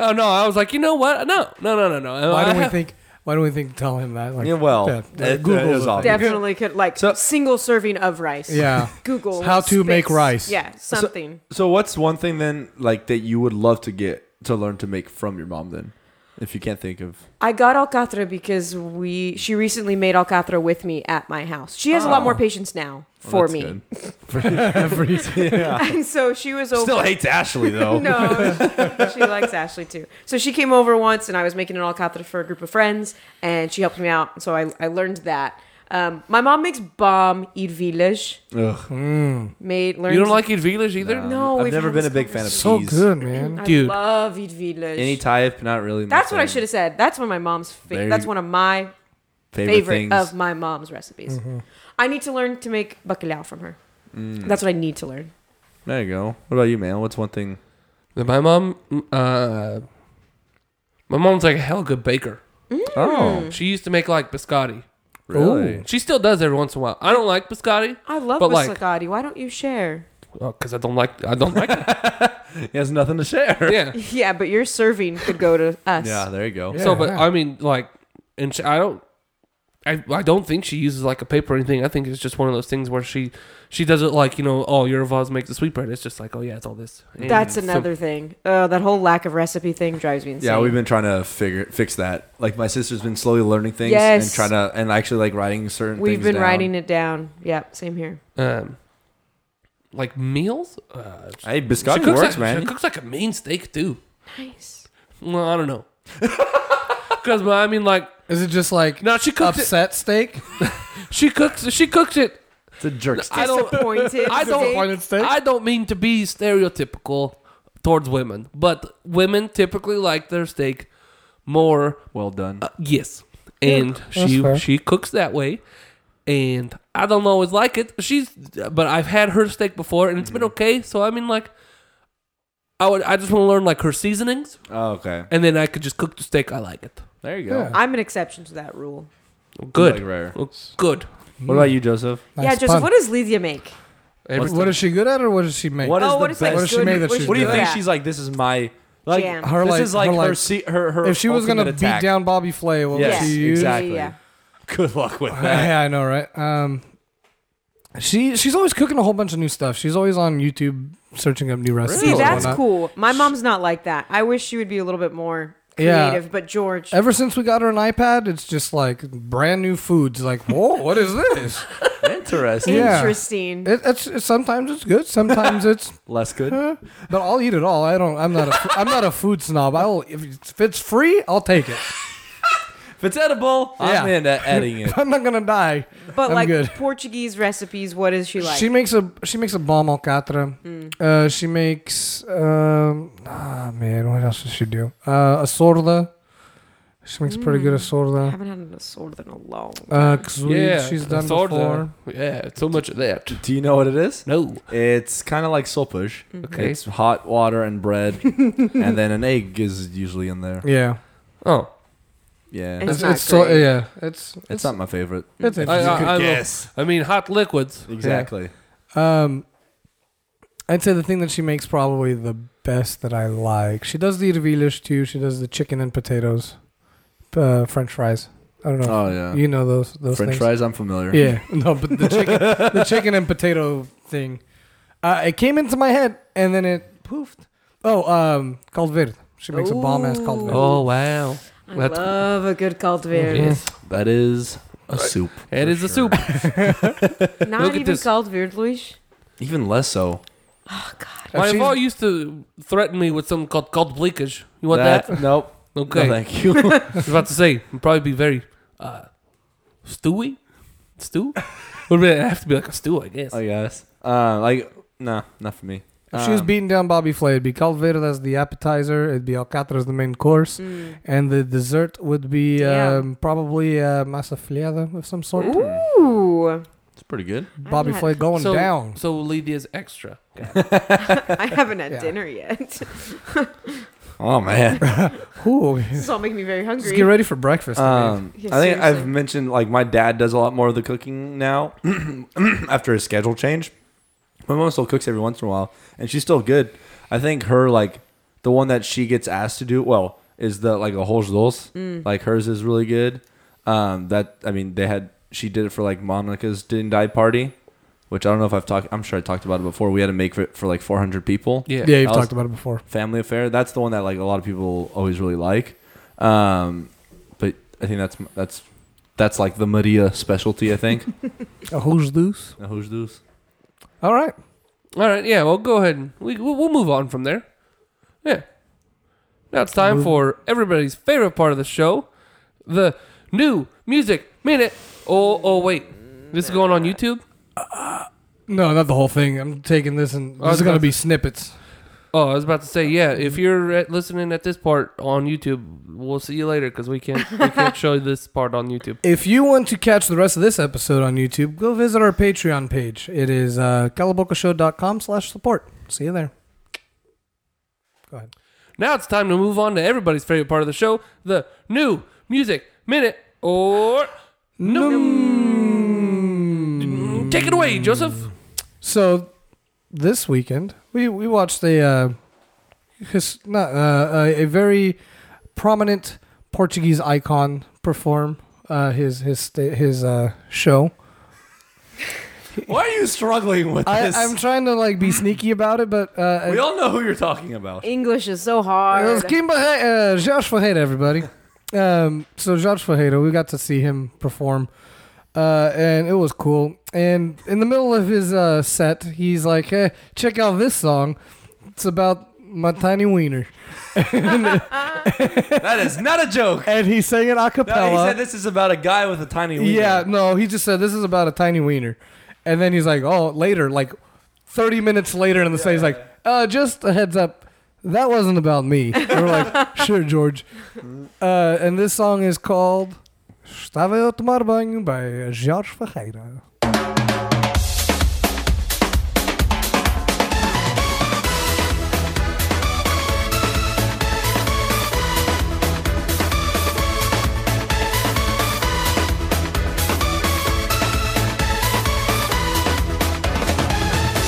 Speaker 2: Oh no, I was like, you know what? No, no, no, no, no.
Speaker 4: Why
Speaker 2: I
Speaker 4: don't we
Speaker 2: have-
Speaker 4: think? Why don't we think? Tell him that. Like,
Speaker 1: Yeah, well, it- it
Speaker 4: Google's
Speaker 1: is
Speaker 4: a
Speaker 1: obvious.
Speaker 4: thing.
Speaker 3: Definitely could like
Speaker 1: So-
Speaker 3: single serving of rice.
Speaker 4: Yeah.
Speaker 3: Google
Speaker 4: How to make
Speaker 3: space.
Speaker 4: rice.
Speaker 3: Yeah, something.
Speaker 1: So what's one thing then like that you would love to get to learn to make from your mom then? If you can't think of
Speaker 3: I got alcatra because we she recently made alcatra with me at my house. She has a lot more patience now for
Speaker 1: That's
Speaker 3: me.
Speaker 1: good.
Speaker 3: And so she was over
Speaker 1: Still hates Ashley though.
Speaker 3: No, she likes Ashley too. So she came over once, and I was making an alcatra for a group of friends, and she helped me out. So I, I learned that. Um, my mom makes bomb eat village.
Speaker 1: Ugh.
Speaker 3: Made learned.
Speaker 2: You don't like Eat Village either?
Speaker 3: No,
Speaker 1: I've
Speaker 3: we've
Speaker 1: never
Speaker 3: had
Speaker 1: been a
Speaker 3: this
Speaker 1: big fan of
Speaker 4: So
Speaker 1: peas.
Speaker 4: good, man.
Speaker 3: I
Speaker 2: Dude.
Speaker 3: love eat village.
Speaker 1: Any type, not really. my
Speaker 3: that's what I
Speaker 1: thing.
Speaker 3: should have said. That's one of my mom's. Fa-
Speaker 1: Very
Speaker 3: that's one of my
Speaker 1: Favorite,
Speaker 3: favorite
Speaker 1: things.
Speaker 3: of my mom's recipes.
Speaker 4: Mm-hmm.
Speaker 3: I need to learn to make bacalhau from her.
Speaker 1: Mm.
Speaker 3: That's what I need to learn.
Speaker 1: There you go. What about you, man? What's one thing?
Speaker 2: My mom, uh, my mom's like a hell good baker.
Speaker 3: Hmm.
Speaker 1: Oh,
Speaker 2: She used to make like biscotti.
Speaker 1: really?
Speaker 2: She still does every once in a while. I don't like biscotti
Speaker 3: I love
Speaker 2: But, like-
Speaker 3: biscotti. Why don't you share?
Speaker 2: because Uh, I don't like I don't like it.
Speaker 1: He has nothing to share.
Speaker 2: Yeah.
Speaker 3: Yeah, but your serving could go to us.
Speaker 1: Yeah, there you go.
Speaker 2: So, but I mean, like, and she, I don't, I, I don't think she uses like a paper or anything. I think it's just one of those things where she, she does it like you know, oh, your vase makes the sweetbread. It's just like, oh yeah, it's all this. And
Speaker 3: That's
Speaker 2: so-
Speaker 3: another thing. Oh, that whole lack of recipe thing drives me insane.
Speaker 1: Yeah, we've been trying to figure fix that. Like my sister's been slowly learning things
Speaker 3: Yes.
Speaker 1: and trying to and actually like writing certain.
Speaker 3: We've
Speaker 1: things
Speaker 3: been
Speaker 1: down.
Speaker 3: writing it down. Yeah, same here.
Speaker 2: um, like meals. Uh, she
Speaker 1: Hey, biscotti
Speaker 2: cooks
Speaker 1: works,
Speaker 2: like,
Speaker 1: man.
Speaker 2: She cooks like a mean steak too.
Speaker 3: Nice.
Speaker 2: Well, I don't know. Because I mean, like,
Speaker 4: Is it just like
Speaker 2: no, she cooks. It,
Speaker 4: upset steak?
Speaker 2: she cooks. She cooks it.
Speaker 1: It's a jerk.
Speaker 2: I don't.
Speaker 3: Disappointed.
Speaker 2: I don't.
Speaker 3: steak.
Speaker 4: Disappointed steak?
Speaker 2: I don't mean to be stereotypical towards women, but women typically like their steak more. uh,
Speaker 1: well
Speaker 3: Uh,
Speaker 1: done.
Speaker 2: Yes, and she
Speaker 4: fair.
Speaker 2: she cooks that way, and I don't always like it. She's, but I've had her steak before, and it's been okay. So I mean, like, I would. I just want to learn like her seasonings,
Speaker 1: oh, okay.
Speaker 2: and then I could just cook the steak I like it.
Speaker 1: There you go.
Speaker 4: Yeah.
Speaker 3: I'm an exception to that rule.
Speaker 2: Good,
Speaker 1: Like rare.
Speaker 2: Well,
Speaker 4: Mm.
Speaker 2: good.
Speaker 1: What about you, Joseph?
Speaker 3: yeah,
Speaker 4: Nice
Speaker 3: Joseph,
Speaker 4: pun.
Speaker 3: what does Lydia make?
Speaker 4: What- what is she good at, or what does she make?
Speaker 1: What is
Speaker 3: oh,
Speaker 1: the
Speaker 3: what is like
Speaker 1: best-
Speaker 4: What does she
Speaker 3: good-
Speaker 4: make that she's
Speaker 1: What do you
Speaker 4: good
Speaker 1: think
Speaker 3: at?
Speaker 1: she's like? This is my like.
Speaker 3: Jam.
Speaker 4: Her
Speaker 1: this
Speaker 4: like-
Speaker 1: is like
Speaker 4: her
Speaker 1: her
Speaker 4: like-
Speaker 1: se- her, her
Speaker 4: if she was gonna
Speaker 1: ultimate attack.
Speaker 4: beat down Bobby Flay, what
Speaker 1: Yes,
Speaker 4: would she use?
Speaker 1: exactly.
Speaker 3: Yeah, yeah,
Speaker 1: Good luck with that.
Speaker 4: Yeah, I know, right? Um, she she's always cooking a whole bunch of new stuff. She's always on YouTube searching up new recipes.
Speaker 3: See,
Speaker 4: and
Speaker 3: that's
Speaker 4: whatnot.
Speaker 3: cool. My mom's not like that. I wish she would be a little bit more
Speaker 4: Yeah.
Speaker 3: creative, but George.
Speaker 4: Ever since we got her an iPad, it's just like brand new foods. Like, whoa, what is this?
Speaker 1: Interesting.
Speaker 4: Yeah.
Speaker 3: Interesting.
Speaker 4: It, it's, it's sometimes it's good, sometimes it's.
Speaker 1: Less good.
Speaker 4: eh, but I'll eat it all. I don't. I'm not. A, I'm not a food snob. I'll if it's if it's free, I'll take it.
Speaker 1: If it's edible, I'm
Speaker 4: Yeah.
Speaker 1: into adding it.
Speaker 4: I'm not gonna die.
Speaker 3: But
Speaker 4: I'm
Speaker 3: like
Speaker 4: good.
Speaker 3: Portuguese recipes, what is she like? Mm.
Speaker 4: She makes a she makes a bomb alcatra. Uh, she makes um, ah man, what else does she do? Uh, a sorda. She makes pretty
Speaker 3: Mm.
Speaker 4: good a
Speaker 3: I
Speaker 4: sorda.
Speaker 3: haven't had a sword in a long.
Speaker 4: Uh, kazooie, she's
Speaker 2: the
Speaker 4: done
Speaker 2: sword
Speaker 4: before.
Speaker 2: there. Yeah, so much of that.
Speaker 1: Do you know what it is?
Speaker 2: No.
Speaker 1: It's kind of like soul push.
Speaker 2: Okay.
Speaker 1: It's hot water and bread, and then an egg is usually in there.
Speaker 4: Yeah,
Speaker 2: Oh,
Speaker 1: Yeah.
Speaker 3: And- Mm.
Speaker 1: It's,
Speaker 3: It's
Speaker 4: it's
Speaker 3: not
Speaker 4: so
Speaker 3: great.
Speaker 4: yeah, it's it's
Speaker 1: not my favorite.
Speaker 4: it's
Speaker 2: I, I,
Speaker 4: interesting.
Speaker 2: I love- I mean, hot liquids.
Speaker 1: Exactly.
Speaker 4: Um, I'd say the thing that she makes probably the best that I like. She does the ervilish too. She does the chicken and potatoes, uh, French fries. I don't know.
Speaker 1: Oh,
Speaker 4: if
Speaker 1: yeah.
Speaker 4: you know those those
Speaker 1: French
Speaker 4: things.
Speaker 1: fries, I'm familiar.
Speaker 4: Yeah, no, but the chicken, the chicken and potato thing, uh, it came into my head and then it poofed. Oh, um, called verde. She makes a bomb ass called verde.
Speaker 2: Oh wow,
Speaker 3: I
Speaker 2: That's-
Speaker 3: love a good cultivated.
Speaker 2: yes,
Speaker 1: That is a soup.
Speaker 2: it
Speaker 1: for
Speaker 2: is a
Speaker 1: sure.
Speaker 2: soup.
Speaker 3: Not
Speaker 2: Look at
Speaker 3: even
Speaker 2: this.
Speaker 3: cultivated, Luis.
Speaker 1: Even less so.
Speaker 4: Uh,
Speaker 2: My
Speaker 4: she's-
Speaker 2: mom used to threaten me with something called called bleakage. You want that?
Speaker 1: Nope.
Speaker 2: Okay.
Speaker 1: No, thank you.
Speaker 2: I was about to say, it'd probably be very uh, stewy. Stew? Would it have to be like a stew, I guess.
Speaker 1: I guess. Uh, like, nah, not for me.
Speaker 4: if she was
Speaker 1: Um,
Speaker 4: beating down Bobby Flay, it'd be called verde as the appetizer. It'd be alcatra as the main course, and the dessert would be
Speaker 3: Damn.
Speaker 4: um, probably uh, masa friada of some sort.
Speaker 1: hmm.
Speaker 3: Ooh,
Speaker 1: It's pretty good.
Speaker 4: Bobby
Speaker 3: had-
Speaker 4: Flay
Speaker 1: Mm-hmm.
Speaker 4: going
Speaker 2: so,
Speaker 4: down.
Speaker 2: So Lydia's extra.
Speaker 3: I haven't had
Speaker 4: Yeah.
Speaker 3: dinner yet.
Speaker 1: Oh man.
Speaker 4: Ooh,
Speaker 3: This is all making me very hungry.
Speaker 4: just get ready for breakfast. I mean.
Speaker 1: Um,
Speaker 3: Yeah,
Speaker 1: I think I've
Speaker 3: seriously.
Speaker 1: mentioned like my dad does a lot more of the cooking now after his schedule change. My mom still cooks every once in a while, and she's still good. I think her like the one that she gets asked to do well is the like a whole dos. Like hers is really good. Um, that I mean, they had she did it for like Monica's didn't die party, which I don't know if I've talked. I'm sure I talked about it before. We had to make for, for like 400 people
Speaker 2: Yeah.
Speaker 4: yeah, you've
Speaker 1: I'll-
Speaker 4: talked about it before.
Speaker 1: family affair. That's the one that like a lot of people always really like. Um, but I think that's that's that's like the Maria specialty. I think.
Speaker 4: A who's loose?
Speaker 1: Now, Who's this?
Speaker 4: All right.
Speaker 2: All right. Yeah. Well, go ahead. and We we'll, we'll move on from there. Yeah. Now it's time for everybody's favorite part of the show, the new music minute. Oh, oh, wait. This is going on YouTube.
Speaker 4: No, not the whole thing. I'm taking this and
Speaker 2: Oh,
Speaker 4: this is going to
Speaker 2: that's-
Speaker 4: be snippets.
Speaker 2: Oh, I was about to say, yeah. If you're at, listening at this part on YouTube, we'll see you later because we can't we can't show this part on YouTube.
Speaker 4: If you want to catch the rest of this episode on YouTube, go visit our Patreon page. It is uh, calabocashow.com slash support. See you there. Go ahead.
Speaker 2: Now it's time to move on to everybody's favorite part of the show, the new music minute. Or no. Take it away, Joseph.
Speaker 4: So this weekend we we watched a uh, his, not, uh, a a very prominent Portuguese icon perform uh, his his sta- his uh, show.
Speaker 1: Why are you struggling with
Speaker 4: I,
Speaker 1: this?
Speaker 4: I'm trying to like be sneaky about it, but uh,
Speaker 1: we all know who you're talking about.
Speaker 3: English is so
Speaker 4: it was
Speaker 3: hard.
Speaker 4: Kimba, uh, Josh Fajeda, everybody. Um, so Josh Fajeda, we got to see him perform, uh, and it was cool. And in the middle of his uh, set, he's like, "Hey, check out this song. It's about my tiny wiener."
Speaker 1: That is not a joke.
Speaker 4: and he sang it a
Speaker 1: No,
Speaker 4: cappella.
Speaker 1: he said this is about a guy with a tiny. Wiener.
Speaker 4: yeah, no, he just said this is about a tiny wiener, and then he's like, oh, later, like thirty minutes later in the set, he's like, uh, just a heads up, that wasn't about me. And we're like, sure, George. Uh, and this song is called "Estava eu a tomar banho" by Jorge Ferreira.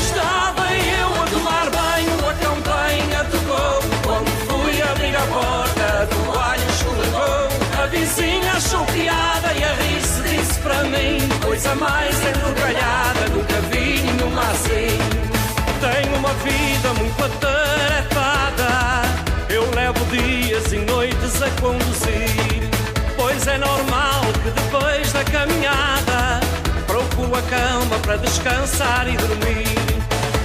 Speaker 5: Estava eu a tomar banho, a campanha tocou. Quando fui abrir a porta, do alho escorregou. A vizinha achou piada e a rir-se disse para mim: Coisa mais envergalhada, nunca vi nenhuma assim. Tenho uma vida muito atarefada, eu levo dias e noites a conduzir. Pois é normal que depois da caminhada procuro a cama para descansar e dormir.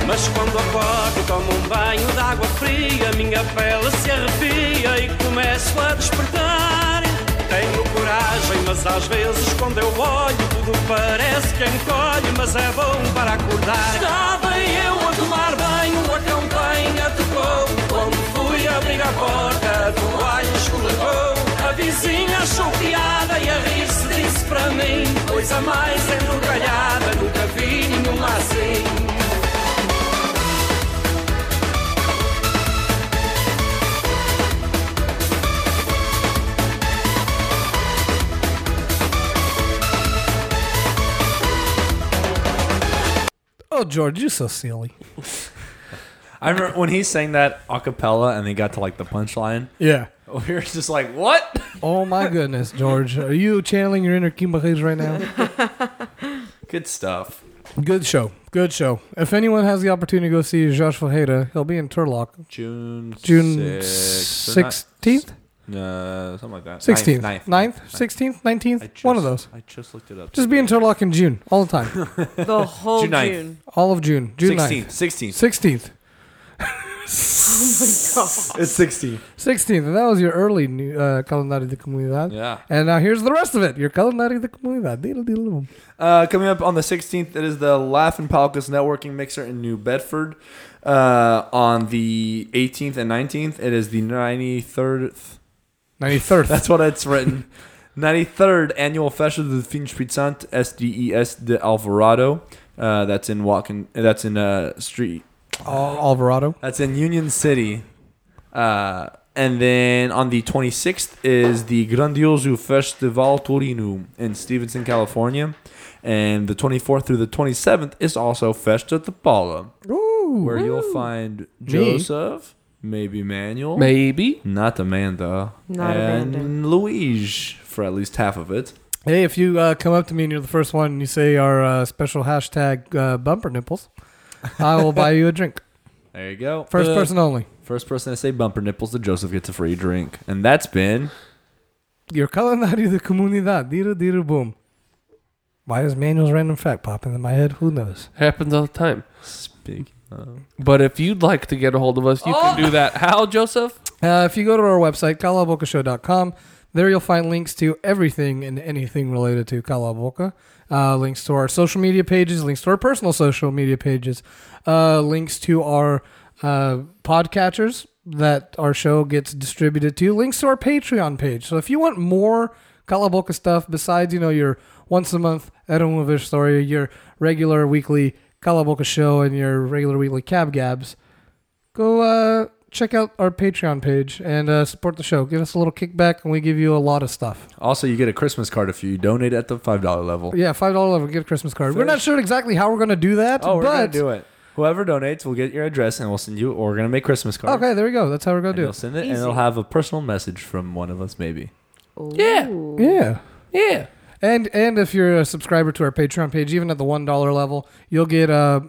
Speaker 5: Mas quando acordo, tomo um banho de água fria, minha pele se arrepia e começo a despertar. Tenho coragem, mas às vezes quando eu olho, tudo parece que encolhe, mas é bom para acordar. Estava eu a tomar banho, a campanha tocou. Quando fui abrir a porta, do alho escorregou. A vizinha achou piada e a rir-se disse para mim: Coisa mais enrolhada, nunca vi nenhuma assim.
Speaker 4: Oh, George, you're so silly.
Speaker 1: I remember when he sang that a cappella and they got to like the punchline.
Speaker 4: Yeah.
Speaker 1: We were just like, what?
Speaker 4: Oh my goodness, George, are you channeling your inner Kimba Hayes right now?
Speaker 1: Good stuff.
Speaker 4: Good show. Good show. If anyone has the opportunity to go see Josh Fajeda, he'll be in Turlock
Speaker 1: June
Speaker 4: June
Speaker 1: sixth or ni-
Speaker 4: sixteenth,
Speaker 1: Uh, something like that.
Speaker 4: sixteenth,
Speaker 1: Ninth. ninth,
Speaker 4: ninth, sixteenth, nineteenth,
Speaker 1: I just-
Speaker 4: one of those.
Speaker 1: I just looked it up.
Speaker 4: Just be in Turlock in June, all the time,
Speaker 3: the whole
Speaker 1: June
Speaker 3: June.
Speaker 1: 9th.
Speaker 4: all of June, June
Speaker 1: 16th.
Speaker 4: 9th,
Speaker 1: 16th.
Speaker 4: sixteenth,
Speaker 1: It's 16.
Speaker 4: sixteenth. That was your early new, uh, calendario de comunidad.
Speaker 1: Yeah.
Speaker 4: And now here's the rest of it. Your calendario de comunidad. Diddle diddle boom.
Speaker 1: Uh, coming up on the 16th, it is the Laugh and Palkas Networking Mixer in New Bedford. Uh, on the 18th and 19th, it is the 93rd.
Speaker 4: 93rd.
Speaker 1: That's what it's written. 93rd Annual Festival de Fins Pizzant SDES E de Alvarado. Uh, that's in Watkin. That's in uh, Street.
Speaker 4: Al- Alvarado.
Speaker 1: That's in Union City. Uh, And then on the 26th is the Grandioso Festival Torino in Stevenson, California. And the 24th through the 27th is also Festa Tapala, where you'll find Joseph, maybe Manuel,
Speaker 2: Maybe.
Speaker 1: not Amanda,
Speaker 3: Not
Speaker 1: and
Speaker 3: Amanda.
Speaker 1: Luigi for at least half of it.
Speaker 4: Hey, if you uh, come up to me and you're the first one and you say our uh, special hashtag uh, bumper nipples, I will buy you a drink.
Speaker 1: There you go.
Speaker 4: First
Speaker 1: Uh,
Speaker 4: person only.
Speaker 1: First person to say bumper nipples to Joseph gets a free drink. And that's been
Speaker 4: Your calendario de comunidad. Dira dira boom. Why does Manuel's random fact pop into my head? Who knows?
Speaker 2: Happens all the time.
Speaker 1: Speak.
Speaker 2: But if you'd like to get a hold of us, you can do that. How, Joseph?
Speaker 4: Uh, if you go to our website, calabocashow.com, there you'll find links to everything and anything related to Calaboca. Uh, links to our social media pages, links to our personal social media pages, uh, links to our uh, podcatchers that our show gets distributed to, links to our Patreon page. So if you want more Calaboca stuff besides, you know, your once a month Edomovich story, your regular weekly Calaboca show, and your regular weekly Cab Gabs, go uh, check out our Patreon page and uh, support the show. Give us a little kickback, and we give you a lot of stuff.
Speaker 1: Also, you get a Christmas card if you donate at the $5 level.
Speaker 4: Yeah, five dollar level, get a Christmas card. We're not sure exactly how we're gonna do that.
Speaker 1: Oh, we're
Speaker 4: but,
Speaker 1: gonna do it. Whoever donates, we'll get your address and we'll send you. Or we're gonna make Christmas cards.
Speaker 4: Okay, there we go. That's how we're gonna
Speaker 1: and
Speaker 4: do
Speaker 1: you'll
Speaker 4: it.
Speaker 1: send it, and
Speaker 3: Easy.
Speaker 1: it'll have a personal message from one of us, maybe.
Speaker 2: Yeah.
Speaker 3: Ooh.
Speaker 4: Yeah.
Speaker 2: Yeah.
Speaker 4: And and if you're a subscriber to our Patreon page, even at the one dollar level, you'll get uh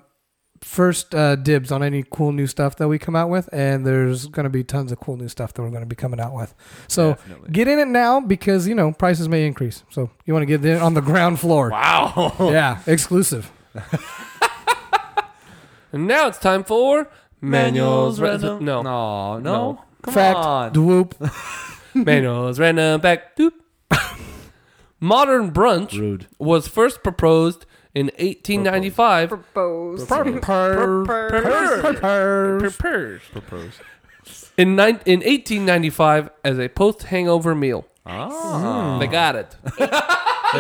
Speaker 4: first uh, dibs on any cool new stuff that we come out with. And there's gonna be tons of cool new stuff that we're gonna be coming out with. So
Speaker 1: Definitely.
Speaker 4: get in it now because you know prices may increase. So you want to get in on the ground floor.
Speaker 1: Wow.
Speaker 4: Yeah, exclusive.
Speaker 2: And now it's time for Manuel's Random. No.
Speaker 1: no, no.
Speaker 2: No.
Speaker 1: Come
Speaker 4: Fact.
Speaker 1: on.
Speaker 4: Dwoop.
Speaker 2: Manuel's Random Back. Doop. Modern brunch
Speaker 1: Rude.
Speaker 2: was first proposed in 1895.
Speaker 3: Proposed.
Speaker 2: Proposed. Prepared. In, nine in 1895 as a post-hangover meal.
Speaker 3: Mm.
Speaker 1: Ah.
Speaker 2: They got it. they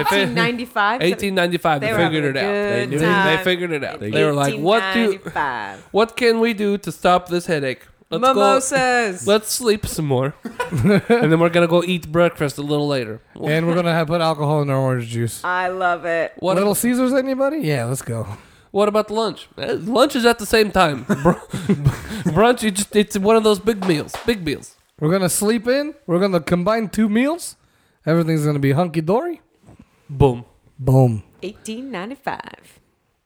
Speaker 2: fi-
Speaker 3: 1895.
Speaker 2: 1895. They,
Speaker 3: They were
Speaker 2: figured it
Speaker 3: having a
Speaker 2: out. They,
Speaker 3: good
Speaker 2: knew-
Speaker 3: time.
Speaker 2: they figured it out. They, were like, what do
Speaker 3: 1895.
Speaker 2: what can we do to stop this headache? Let's go-
Speaker 3: Mimosas.
Speaker 2: let's sleep some more, and then we're gonna go eat breakfast a little later.
Speaker 4: and we're gonna have put alcohol in our orange juice.
Speaker 3: I love it.
Speaker 2: What
Speaker 4: Little Caesars, anybody? Yeah, let's go.
Speaker 2: What about lunch? Eh, Lunch is at the same time. Br- brunch, you just, it's one of those big meals. Big meals.
Speaker 4: We're gonna sleep in. We're gonna combine two meals. Everything's gonna be hunky dory.
Speaker 2: Boom.
Speaker 4: Boom.
Speaker 3: 1895.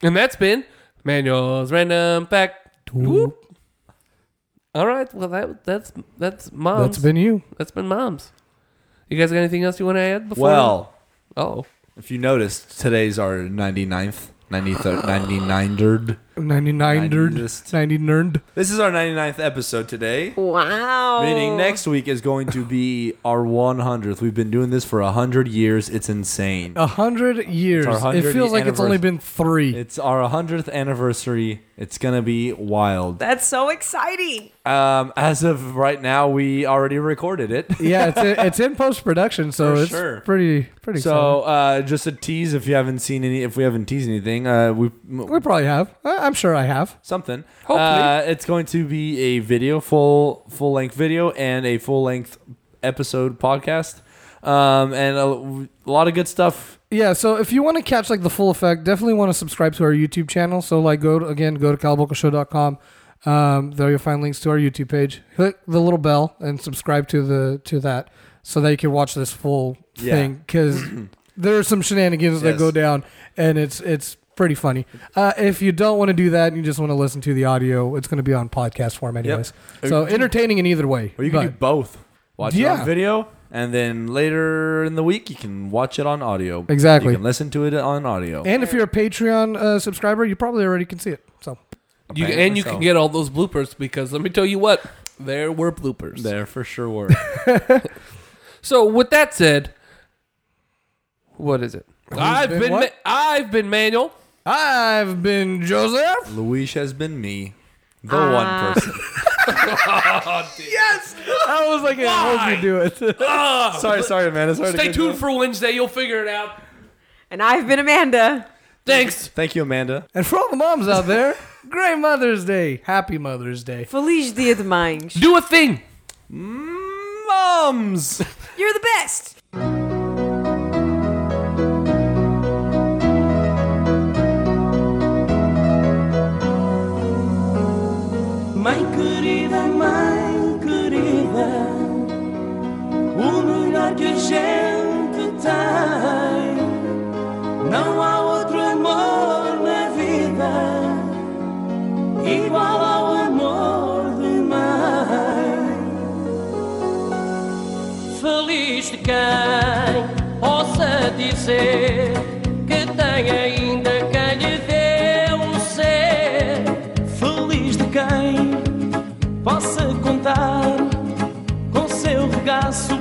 Speaker 2: And that's been Manuel's Random Fact. Whoop. All right. Well, that that's that's mom's.
Speaker 4: That's been you.
Speaker 2: that's been mom's. You guys got anything else you want to add? Before
Speaker 1: Well,
Speaker 2: oh,
Speaker 1: if you noticed, today's our 99th, 93rd, 99erd. Ninest.
Speaker 4: 99 nerd. 90 nerd.
Speaker 1: This is our 99th episode today.
Speaker 3: Wow.
Speaker 1: Meaning next week is going to be our 100th. We've been doing this for 100 years. It's insane.
Speaker 4: A hundred years.
Speaker 1: our
Speaker 4: it
Speaker 1: 100
Speaker 4: feels like it's only been three.
Speaker 1: It's our 100th anniversary. It's going to be wild.
Speaker 3: That's so exciting.
Speaker 1: Um, as of right now, we already recorded it.
Speaker 4: yeah, it's in, it's in post production, so
Speaker 1: For
Speaker 4: it's
Speaker 1: sure.
Speaker 4: pretty pretty.
Speaker 1: So, uh, just a tease if you haven't seen any, if we haven't teased anything, uh, we,
Speaker 4: exciting. we probably have. I- I'm sure I have.
Speaker 1: something.
Speaker 2: Hopefully.
Speaker 1: Uh, it's going to be a video, full full length video, and a full length episode podcast, um, and a, a lot of good stuff.
Speaker 4: Yeah, so if you want to catch like the full effect, definitely want to subscribe to our YouTube channel. So like go to, again, go to calabocashow.com. Um, there you'll find links to our YouTube page. Click the little bell and subscribe to the to that so that you can watch this full
Speaker 1: Yeah.
Speaker 4: thing cuz there are some shenanigans that
Speaker 1: Yes.
Speaker 4: go down and it's it's pretty funny. Uh, if you don't want to do that and you just want to listen to the audio, it's going to be on podcast form anyways. So entertaining in either way.
Speaker 1: Or you can
Speaker 4: but-
Speaker 1: do both. Watch it
Speaker 4: Yeah.
Speaker 1: on video, and then later in the week you can watch it on audio.
Speaker 4: Exactly.
Speaker 1: You can listen to it on audio.
Speaker 4: and if you're a Patreon uh, subscriber, you probably already can see it. So
Speaker 2: you,
Speaker 1: Apparently
Speaker 2: and you
Speaker 1: so.
Speaker 2: can get all those bloopers because let me tell you what, there were bloopers.
Speaker 1: There for sure were.
Speaker 2: So with that said, what is it? I've
Speaker 4: been
Speaker 2: been,
Speaker 4: what?
Speaker 2: Ma- I've been Manuel.
Speaker 4: I've been Joseph.
Speaker 1: Luis has been me, the one
Speaker 2: Ah.
Speaker 1: person.
Speaker 4: I was like, I hope you do it.
Speaker 1: sorry, sorry, man. It's hard
Speaker 2: Stay
Speaker 1: get
Speaker 2: tuned
Speaker 1: to-
Speaker 2: for Wednesday. You'll figure it out.
Speaker 3: And I've been Amanda.
Speaker 2: Thanks.
Speaker 1: Thank you, Amanda.
Speaker 4: and for all the moms out there, great Mother's Day. Happy Mother's Day.
Speaker 3: Feliz Dia de Mães.
Speaker 2: Do a thing.
Speaker 6: drums.
Speaker 3: You're the best.
Speaker 2: Mãe querida, mãe querida, o melhor que a gente tem. Não há outro amor na vida igual ao amor de mãe. Feliz de quem possa dizer que tem ainda quem lhe dê um ser. Feliz de quem possa contar com seu regaço